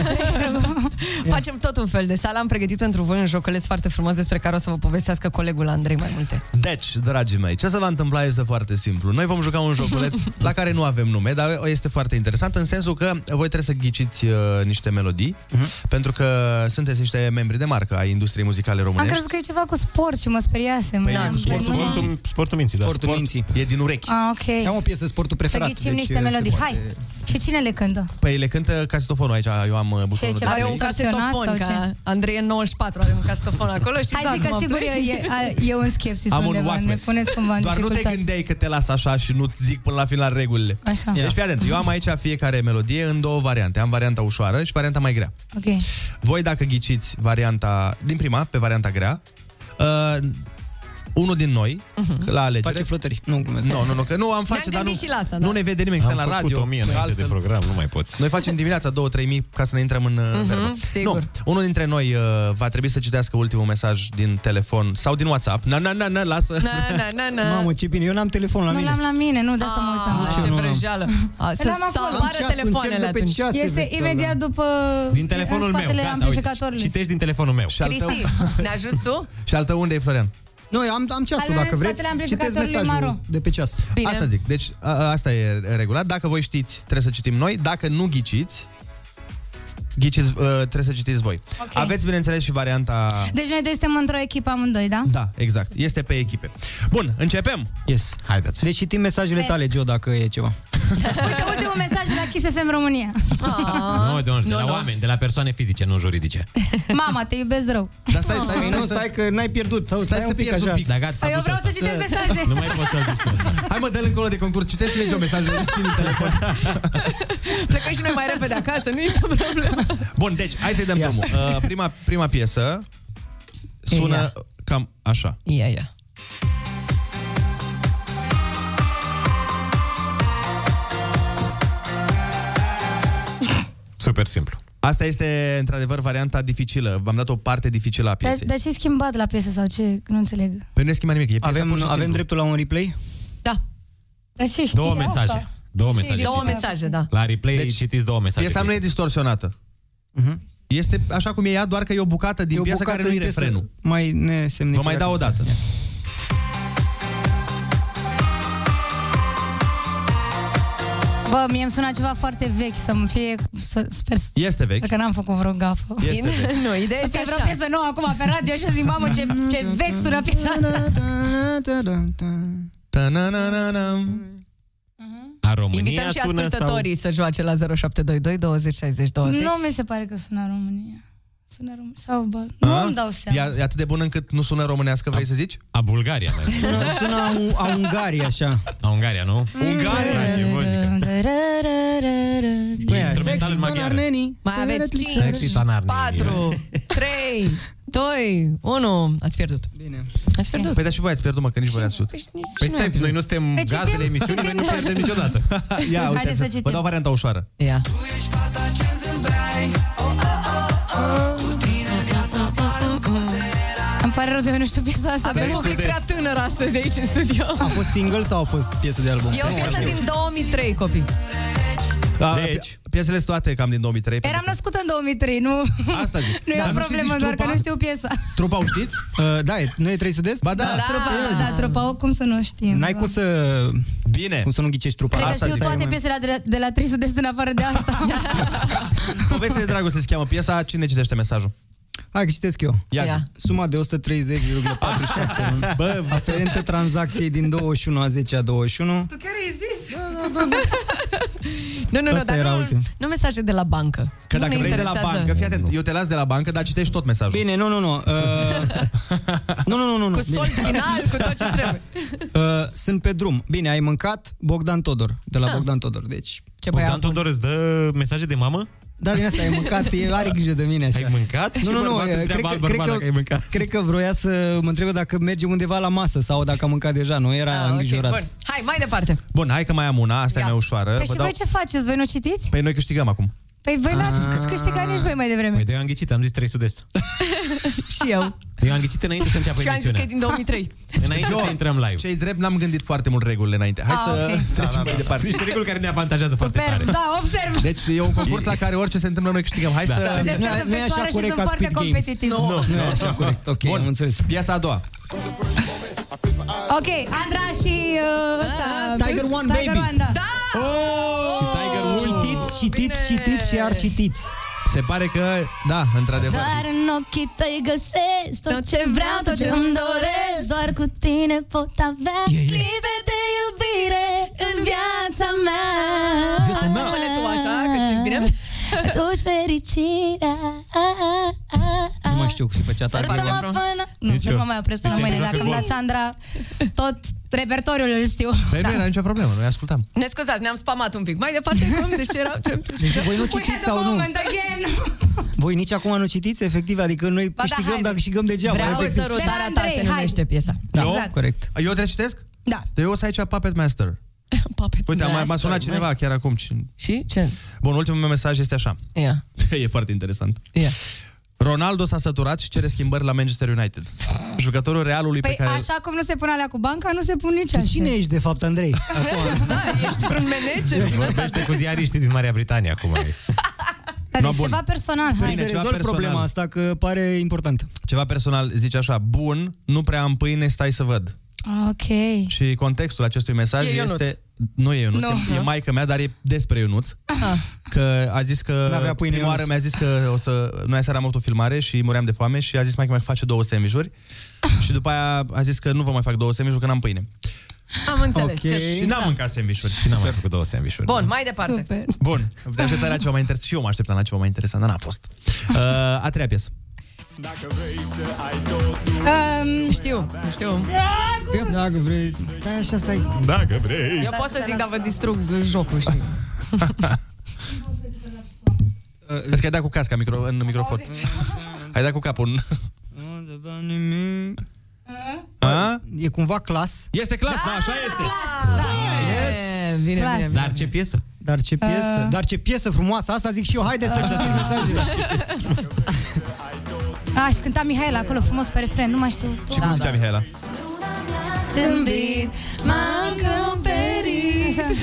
Facem tot un fel de sală. Am pregătit pentru voi un joculeț foarte frumos despre care o să vă povestească colegul Andrei mai multe.
Deci, dragii mei, ce se va întâmpla este foarte simplu. Noi vom juca un
[laughs]
joculeț la care nu avem nume, dar este foarte interesant în sensul că voi trebuie să ghiciți uh, niște melodii,
Mhm.
uh-huh. pentru că sunteți niște membri de marcă ai industriei muzicale
Am
românești.
crezut că e ceva cu sport și mă speriasem.
Păi
Da.
da,
Sportul,
Băi,
sportul, sportul minții, da. Sportul minții.
E din urechi.
Ah, ok.
o piesă, sportul Deci, uh,
Să ghicim niște melodii. Hai! Și cine le cântă?
Păi le cântă castofonul aici, eu am uh, butonul. de
are un
play.
distorsionat
casetofon,
sau
ca
ce?
Andrei e 94, are un casetofon acolo și da,
Hai zic că
numai
sigur
plec.
e, e, a- e un skepsis
Am un
undeva.
Walkman.
Ne puneți cumva în
Doar nu te
dificultate.
gândeai că te las așa și nu-ți zic până la final regulile.
Așa.
Deci fii atent, eu am aici fiecare melodie în două variante. Am varianta ușoară și varianta mai grea.
Ok.
Voi dacă ghiciți varianta din prima, pe varianta grea, uh, unul din noi, uh-huh. la alegere... Face flutări. Nu, glumesc. Nu, nu, nu, că nu am face,
Mhm. Ne-am
dar nu,
gândit și la asta,
nu
da.
ne vede nimeni,
Am
suntem
făcut
la radio.
o mie înainte
altfel-
de program, nu mai poți.
noi facem dimineața 2-3 mii ca să ne intrăm în uh
Mhm,
verbă.
sigur.
Nu, unul dintre noi uh, va trebui să citească ultimul mesaj din telefon sau din WhatsApp. Na, na, na, na, lasă.
Na, na, na, na.
Mamă, ce bine, eu n-am telefonul
nu l-am la mine, nu, de asta mă uitam. Păi
Ah, ce vrăjeală. A, Să
L-am
să
acolo.
apară telefoanele atunci.
Este imediat
da.
după...
Din telefonul
în
meu,
spatele
gata, uite,
amplificatorului.
citești din telefonul meu.
Și al tău,
[laughs] ne ajuns tu?
și al tău unde e, Florian?
Nu, eu am, am
ceasul, dacă vreți, citesc mesajul de pe ceas.
Bine. Asta zic. Deci a, a- asta e regulat. Dacă voi știți, trebuie să citim noi. Dacă nu ghiciți, ghiciți, uh, trebuie să citiți voi.
Ok.
Aveți, bineînțeles, și varianta...
Deci noi doi suntem într-o echipă amândoi, da?
Da, exact. Este pe echipe. Bun, începem.
Yes.
Haideți.
Deci citim mesajele
Hai.
tale, Gio, dacă e ceva.
[laughs] Uite, ultimul mesaj de la Kiss FM România.
Ah.
Nu, de, unde, de la oameni, de la persoane fizice, nu juridice.
Mama, te iubesc rău.
Dar stai,
stai,
Ah.
stai, nu, stai că n-ai pierdut. Ah. Exact. Stai, stai, stai un pic
pierzi un
așa.
pic.
Da, gata, s-a
Păi eu
dus
vreau
asta.
să citesc mesaje.
Nu mai poți
[laughs]
să
Hai mă, dă-l încolo de concurs. Citește-le eu mesajul din telefon.
Plecăm și noi mai repede acasă, nu e nicio problemă.
Bun, deci, hai să-i dăm drumul. Uh, prima, prima piesă sună
Ia.
cam așa.
Ia, ia.
Super simplu.
Asta este, într-adevăr, varianta dificilă. V-am dat o parte dificilă a
Dar,
piesei.
dar ce-ai schimbat la piesă sau ce? Nu înțeleg.
Păi nu e schimbat nimic. E piesa
Avem-
pur și
avem
simplu.
dreptul la un replay?
Da.
Dar ce știi
Două
de asta?
mesaje. Două mesaje.
Două
citiți.
mesaje, da.
La replay deci, citiți două mesaje.
Piesa nu e distorsionată. Este așa cum e ea, doar că e o bucată din
Mhm. E o
piesă
bucată
care nu
din
e
piesă
refrenul.
Mai
Vă
nesemnificativ.
mai dau o dată.
Bă, mie îmi sună ceva foarte vechi să-mi fie... Să, sper să-
Este vechi.
Cred că n-am făcut vreo gafă.
Este vechi.
Nu, ideea este
Asta e vreo
așa.
piesă nouă acum pe radio și eu zic, mamă, ce, ce vechi sună piesa asta.
Ta-na-na-na-na.
Mhm.
A România
Invităm și
sună sau...
ascultătorii să joace la 0722 20 60 20.
Nu mi se pare că sună România. Sună România. Sau, bă, nu
A?
îmi dau
E,
seama.
e atât de bun încât nu sună românească, vrei să zici?
A Bulgaria, mai bine.
Sună, sună a, un- a
[laughs]
Ungaria, așa.
A Ungaria, nu? Ungaria!
Băi,
Instrumental în maghiară.
Mai aveți 5,
Tanarni.
4, 3, 2, 1. Ați pierdut.
Bine.
Ați pierdut.
Păi dar și voi ați pierdut, mă, că nici voi n-ați știut.
Păi stai, noi nu suntem
Păi citim,
gazdele emisiunii, noi nu
citim.
[laughs]
pierdem niciodată.
Ia,
Haideți să
uite,
citim.
vă dau varianta ușoară.
Ia.
Îmi pare rău de eu nu știu piesa asta.
Avem o
Avem
clip prea tânără astăzi aici în studio.
A fost single sau a fost piesă de album?
E o piesă din 2003, copii.
Da,
Deci.
pi- Piesele sunt toate cam din 2003. pentru
Eram născută în 2003, nu,
că- Asta zic.
[laughs] nu e
Dar
o
știți
problemă,
nici
doar că
trupa?
nu știu piesa.
Trupa o știți?
Uh, da, e- nu e trei sudest?
Ba da.
Trupa, da, trupa, o, cum să nu știm.
N-ai
bă.
cum să,
Bine.
cum să nu ghicești trupa.
Cred că
Păi Asta
știu
zic.
toate piesele de la, de la 3 sudest în afară de asta.
Povestea de dragoste se cheamă piesa. Cine citește mesajul?
Hai că citesc eu.
Ia.
Ia.
zi.
Suma de [laughs] 130,47
Bă,
aferentă tranzacției din 21 a 10 a 21.
tu chiar ai zis?
[laughs] Nu, nu, nu,
Asta
dar
era
nu,
ultim.
nu mesaje de la bancă.
că
Nu
dacă
ne
vrei de la
interesează.
bancă, fii atent, eu te las de la bancă, dar citești tot mesajul.
Bine, nu, nu, nu.
[laughs]
Uh, nu, nu, nu, nu, nu.
Cu
Bine.
sol final, cu
Exact,
tot ce trebuie.
Uh, sunt pe drum. Bine, ai mâncat Bogdan Todor, de la Bogdan Todor. Deci,
Ce
Bogdan
băiat bun.
Todor îți dă mesaje de mamă?
da, din asta ai mâncat, e,
[laughs]
are grijă de mine așa.
Ai mâncat?
Nu,
Și
nu, nu,
bărbatul
eh,
întreabă
cred că-
alt bărbat
cred că-
dacă ai mâncat.
Cred că vroia să mă întrebe dacă merge undeva la masă sau dacă a mâncat deja, nu era
Ah, ok,
îngrijorat.
bun. Hai, mai departe.
Bun, hai că mai am una, asta e
Ia.
mai ușoară.
Păi
Vă
și
dau-
voi ce faceți? Voi nu citiți?
Păi noi câștigăm acum.
Păi voi n-ați câștigat nici voi mai devreme.
Păi, dar eu am ghicit, am zis 3 sud-est.
[laughs]
Și eu.
Eu am ghicit înainte să înceapă
Și eu am zis că
păi emisiunea.
e din 2003.
Înainte să intrăm live.
Cei drept n-am gândit foarte mult regulile înainte. Hai
Ah,
să
ok.
trecem
Da,
mai
Sunt
departe.
niște reguli care ne avantajează foarte
Super,
tare.
da, observ.
Deci e un concurs la care orice se întâmplă noi câștigăm. Hai
Da.
să...
Vedeți
nu
că
e-
sunt
nu e așa
fecioară și
corect
sunt
ca
foarte
Squid Games.
competitivă.
Nu, e așa corect, ok,
Bun,
am înțeles.
Piesa a doua.
[laughs] Ok, Andra și uh, ăsta...
Tiger One,
Tiger
baby.
One, da.
Ah. Da!
Oh! Și Tiger Woods.
Citiți, citiți, citiți și iar citiți.
Se pare că, da, într-adevăr.
Doar în ochii tăi găsesc tot, tot ce vreau, tot ce îmi doresc Doar cu tine pot avea clipe de iubire în viața mea
Viața mea. Acum le tu așa, că ți-e bine?
Aduci fericirea
Nu mai știu, se făcea tare.
Până- până-
Deci
Nu,
Nici
nu
eu.
mă mai opresc până
Nici eu.
mâine
exact.
Dacă îmi dați Da. Sandra, tot repertoriul îl știu
Păi nu era nicio problemă, noi ascultam.
Da. Ne scuzați, ne-am spamat un pic. Mai departe, cum? De ce erau? Ce, ce,
Deci voi nu
We had
citiți
a
sau nu?
moment again.
Voi nici acum nu citiți, efectiv, adică noi
da,
câștigăm
hai.
dacă câștigăm degeaba.
Vreau
efectiv.
sărutarea
De
ta
la Andrei,
se numește piesa.
Da,
Eu?
corect.
Eu trebuie să citesc?
Exact. Da.
Eu o să aici Puppet
[laughs]
Master.
Puppet
Uite, m-a, m-a
Master,
sunat cineva
mai.
chiar acum. Cine-
Și ce?
Bun, ultimul meu mesaj este așa. [laughs]
Yeah.
e foarte interesant.
Yeah.
Ronaldo s-a săturat și cere schimbări la Manchester United. Jucătorul realului
Păi
pe care...
așa cum nu se pune alea cu banca, nu se pun nici
Tu
așa.
cine ești, de fapt,
[laughs]
Andrei?
Da, ești vreun manager din ăsta.
Vorbește cu ziariștii din Marea Britanie acum.
Dar
No,
no,
bun.
ceva personal,
Sper
hai.
să
[laughs]
rezolv problema asta, că pare important.
Ceva personal zice așa, bun, nu prea am pâine, stai să văd.
Ok.
Și contextul acestui mesaj
E Ionuț.
este... Nu e Ionuț,
Nu.
e maica mea, dar e despre Ionuț.
Ah.
Că a zis că...
N-avea pâine,
prima oară
Ionuț.
mi-a zis că o să... Noi seara am avut o filmare și muream de foame și a zis mai că mai face două
[laughs]
sandvișuri. și după aia a zis că nu vă mai fac două sandvișuri, că n-am pâine.
Am înțeles.
Și
Ce... da.
n-am mâncat sandvișuri. Și
N-am mai făcut două sandvișuri.
Bun, mai departe. Super.
Bun, te așteptai la ceva mai interesant. Și eu mă așteptam la ceva mai interesant, dar n-a fost. Uh, a treia piesă.
Dacă vrei să ai tot
Um, știu, știu.
Dacă vrei, stai așa, stai.
Dacă vrei.
Eu pot să zic, dar vă distrug jocul, știi?
Uh, Vezi că ai dat cu casca micro, în microfon. Ai dat cu capul în... A?
E cumva clas.
Este clas, da, așa este.
Yes. Bine,
Clas.
bine, bine.
Dar ce piesă?
Dar ce piesă,
Uh. Ah.
dar ce piesă frumoasă. Asta zic și eu. Haide să citiți mesajele.
A, Ah, și cânta Mihaela acolo frumos pe refren, nu mai știu.
Și
da,
cum zicea Mihaela?
Zâmbit, m-a încălperit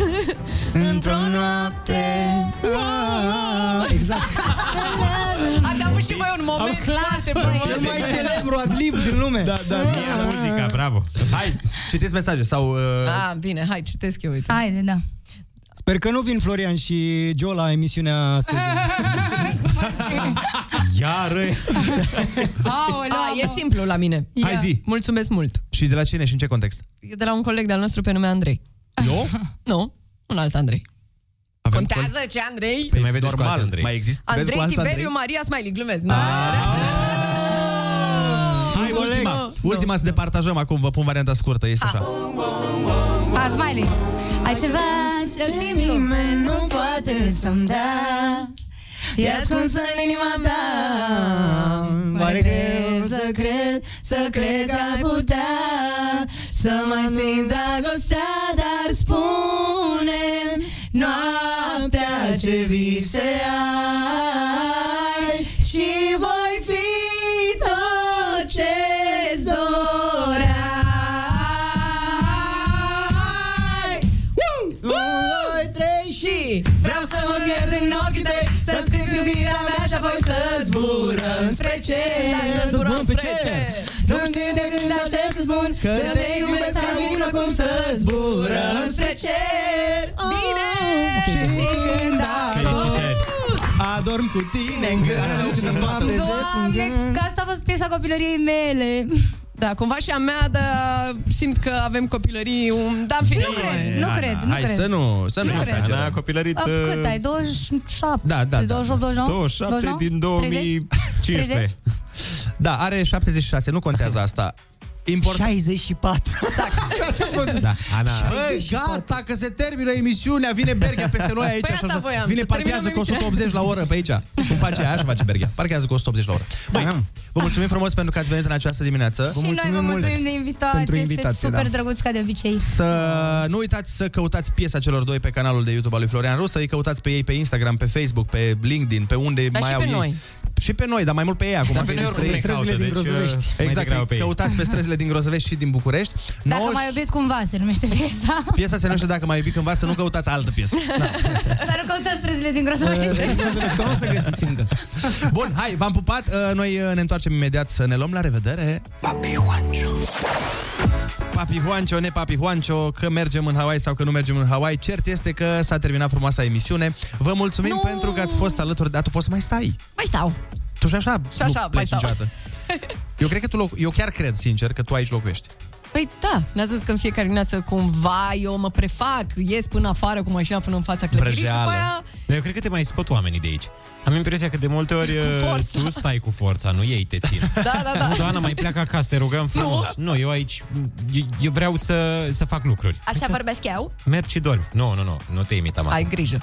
Într-o noapte. Exact.
[laughs] Ați avut și voi un moment foarte
Cel
frumos.
mai celebru adlib din lume.
Da, da,
Ia muzica, bravo.
Hai, citiți mesaje sau... Uh,
Ah, bine, hai, citesc eu, uite.
Haide, da.
Sper că nu vin Florian și Joe la emisiunea astăzi.
Iară.
[laughs] Aoleu,
Ah, e simplu la mine.
hai zi.
Mulțumesc mult.
Și de la cine și în ce context?
E de la un coleg de-al nostru pe nume Andrei.
Eu?
Nu, un alt Andrei.
Avem Păi,
Contează ce Andrei?
Se mai vede cu alții,
Normal,
Andrei.
mai există. vezi
Andrei
cu alți
Tiberiu
Andrei?
Maria Smiley, glumesc. da?
Hai, ultima, ultima să departajăm acum, vă pun varianta scurtă, este așa.
A, Smiley. Ai ceva ce simplu.
Nimeni nu poate să-mi dea E ascuns în inima ta Pare greu să cred, să cred că ai putea Să mai simți dragostea, dar spune Noaptea ce vise ai Și voi fi tot ce-ți doreai Doi, trei și Vreau să mă pierd în ochii tăi Să-ți cânt iubirea mea și apoi să zburăm spre ce Să zburăm spre ce Nu știu de când aștept să spun Că te iubesc ca vină cum să zburăm spre cer Oh, Bine! Și când
Felicitări.
Adorm cu tine în gând.
Doamne, că asta a fost piesa copilăriei mele.
Da, cumva și a mea, dar simt că avem copilării un... Da, în fine,
Nu
e-
cred, nu
Ana,
cred, nu
Hai
cred.
să nu, să nu.
Nu cred.
exagerăm.
Ana a copilărit...
A,
uh,
Cât ai? 27?
Da, da, da.
28, 29?
27
30?
din 2015.
30?
Da, are 76, nu contează asta. Important.
64.
[laughs]
Da, Ana...
Băi, gata, că se termină emisiunea, vine Berghia peste noi aici.
Păi asta voiam,
vine
să
parchează
terminăm
cu 180 la oră pe aici. Cum face aia, așa face Berghia. Parchează cu 180 la oră. Băi,
Da.
Am.
vă mulțumim frumos pentru că ați venit în această
da.
dimineață.
Și noi vă
mulțumim mult
mulțumim de
pentru
invitație, este
invitație,
super
da.
drăguț ca de obicei.
Să Uh, nu uitați să căutați piesa celor doi pe canalul de YouTube al lui Florian Rusă, îi căutați pe ei pe Instagram, pe Facebook, pe LinkedIn, pe unde
Dar
mai
și
au
pe
ei.
noi.
Și pe noi, dar mai mult pe ei acum.
Dar
că
pe
e
noi oricum
despre
ne
ei.
caută, deci... uh,
străzile din Grozăvești.
mai degrabă
Exact,
pe ei.
căutați pe străzile din Grozăvești și din București.
Dacă
90
m-ai iubit cumva, se numește piesa.
Piesa se numește Dacă m-ai iubit cândva, să nu căutați altă piesă.
[laughs] Dar nu căutați străzile din Grozăvești.
Că nu o să găsiți încă.
Bun, hai, v-am pupat.
Da?
Uh, Noi uh, ne întoarcem imediat să ne luăm la revedere. Papi Papi Juancio, ne Papi Juancio, că mergem în Hawaii sau că nu mergem în Hawaii. Cert este că s-a terminat frumoasa emisiune. Vă mulțumim
Nu.
pentru că ați fost alături, dar tu poți să mai stai.
Mai Păi stau.
Tu și așa,
Și așa,
nu
mai
pleci
stau.
niciodată.
[laughs]
Eu cred că tu loc- eu chiar cred, sincer, că tu aici locuiești.
Păi da, ne-a zis că în fiecare dimineață cumva eu mă prefac, ies până afară cu mașina până în fața clădirii și după aia...
Prăjeală. Dar eu cred că te mai scot oamenii de aici. Am impresia că de multe ori uh,
forța.
tu stai cu forța, nu ei te
[laughs]
țin.
Da, da, da.
Nu, Doamna, mai pleacă acasă, te rugăm frumos. Nu, eu aici, eu, eu vreau să, să fac lucruri.
Așa vorbesc eu?
Mergi și dormi. Nu, nu, nu, nu te imitam acum.
Ai grijă.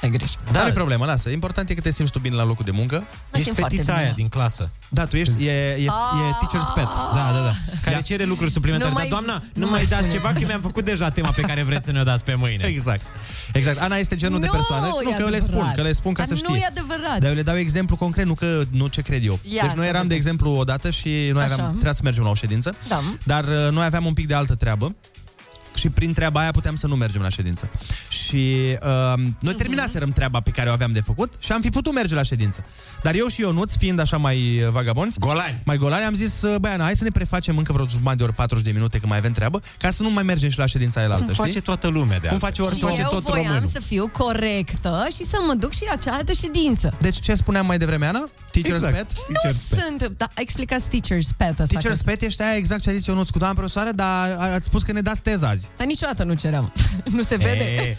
Ai grijă.
Dar nu e problemă, lasă. Important e că te simți tu bine la locul de muncă.
Ești fetița aia din clasă.
Da, tu ești, e, e, e teacher's pet.
Ah.
Da, da, da. Care cere lucruri suplimentare.
Ah. Nu
Dar,
mai-
doamna,
nu
nu mai
mai-
dați ceva, că mi-am făcut deja tema pe care vreți să ne-o dați pe mâine.
Exact. Exact. Ana este genul de
Nu,
persoană.
e
Nu, că eu le
adevărat.
spun, că le spun ca
Dar
să
nu
știe.
e adevărat.
Dar eu le dau exemplu concret, nu că nu ce cred eu.
Ia,
deci
să
noi eram, de exemplu, odată și noi
Așa.
aveam, trebuia să mergem la o ședință,
Da.
dar uh, noi aveam un pic de altă treabă și prin treaba aia puteam să nu mergem la ședință. Și uh,
Mhm.
noi terminaserăm treaba pe care o aveam de făcut și am fi putut merge la ședință. Dar eu și Ionuț, fiind așa mai uh, vagabonți,
golani.
mai golani, am zis, uh, băi, Ana, hai să ne prefacem încă vreo jumătate de ori, 40 de minute, că mai avem treabă, ca să nu mai mergem și la ședința aia la altă,
Cum
știi?
face toată lumea de
Cum
altfel.
face, ori,
Și eu voiam să fiu corectă și să mă duc și la cealaltă ședință.
Deci ce spuneam mai devreme, Ana? Teacher's
Exact.
pet?
Nu sunt, da, a explicat teacher's pet asta.
Teacher's
că-
pet ești aia exact ce a zis Ionuț cu doamna profesoară, dar a- ați spus că ne dați teza azi.
Dar niciodată nu ceream. [laughs] nu se vede.
E,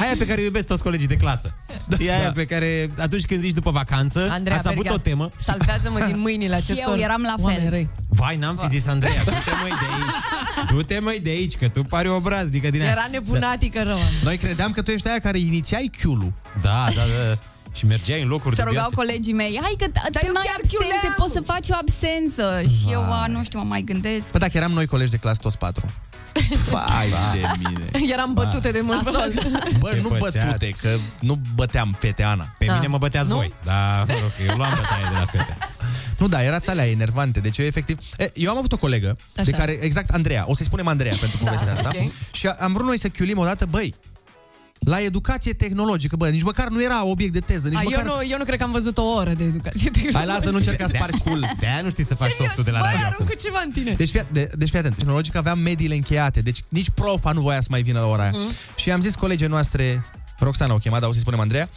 aia pe care o iubesc toți colegii de clasă. Da, e aia
da.
pe care atunci când zici după vacanță,
Andreea
ați avut
Bergheas,
o temă.
Salvează-mă
[laughs]
din mâinile
Și
acestor
eu eram la fel.
oameni răi.
Vai, n-am fi zis, Andreea, du-te mai de aici. Du-te mai de aici, că tu pari obraznică din aia.
Era
Da.
nebunatică rău.
Noi credeam că tu ești aia care inițiai chiulul.
Da, da, da. Și mergeai în locuri
Să rugau
dubioase.
colegii mei, hai că t- tu n-ai absențe, poți să faci o absență. Și eu, a, nu știu, mă mai gândesc.
Păi dacă eram noi colegi de clasă toți patru. Vai de mine.
Eram bătute de mult.
Nasol.
Bă,
Ce
nu
făceați?
bătute, că nu băteam fete, Ana.
Pe
Da.
mine mă băteați
Nu?
voi, dar mă rog, eu luam bătaie de la fete.
[laughs] Nu, da, era alea enervante. Deci eu efectiv... E, eu am avut o colegă, Așa. de
Așa. Da,
care, exact Andreea, o să-i spunem Andreea pentru povestea asta.
ok.
Și a- am vrut noi să chiulim odată, băi, la educație tehnologică, bă, nici măcar nu era obiect de teză, nici
A,
măcar...
eu, nu, eu nu cred că am văzut o oră de educație tehnologică.
Hai, lasă, nu
[laughs]
încerca să
De-aia-
pari cool.
De-aia nu știi să faci softul de la
Băi,
radio acum.
aruncă ceva în tine.
Deci fii, de, deci fii atent, tehnologic aveam mediile încheiate, deci nici profa nu voia să mai vină la ora aia.
Mhm.
Și am zis colegii noastre, Roxana o chema, dar o să-i spunem Andreea,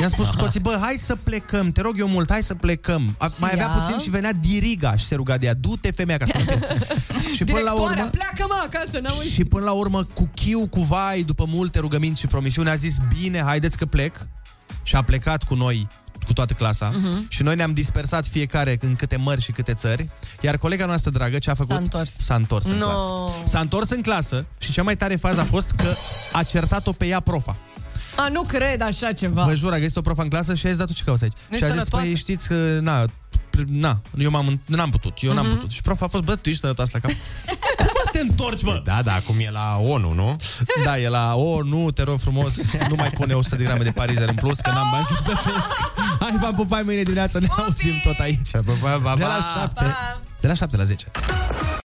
i-am spus cu toții, bă, hai să plecăm, te rog eu mult, hai să plecăm. A, mai avea
ea?
puțin și venea diriga și se ruga de ea, du-te femeia ca să Și până la
Directoarea,
urmă...
pleacă mă acasă, n-am
Și până la urmă, cu chiu, cu vai, după multe rugăminți și promisiuni, a zis, bine, haideți că plec. Și a plecat cu noi, cu toată clasa.
Mhm.
Mhm.
Uh-huh. Și noi ne-am dispersat fiecare în câte mări și câte țări. Iar colega noastră dragă ce a făcut?
S-a întors.
S-a întors în
No.
clasă. S-a întors în clasă și cea mai tare fază a fost că a certat-o pe ea profa.
A, nu cred așa ceva.
Vă jur, a găsit o profă în clasă și a zis, da, tu ce cauți aici?
Nu-i
și a zis,
sănătoasă?
păi, știți că, na, pr- na, eu m-am, n-am putut, eu
Mhm.
n-am putut. Și profa a fost, bă, tu ești sănătoasă
[laughs]
la cap. Cum mă să te întorci, mă?
Da, da, acum e la ONU, nu?
Da, e la, o, nu, te rog frumos, nu mai pune 100 de grame de parizer în plus, că n-am bani să plătesc. Hai, v-am pupai mâine dimineață, ne auzim tot aici.
Pa, pa, pa,
De
pa.
la 7, de la 7 la 10.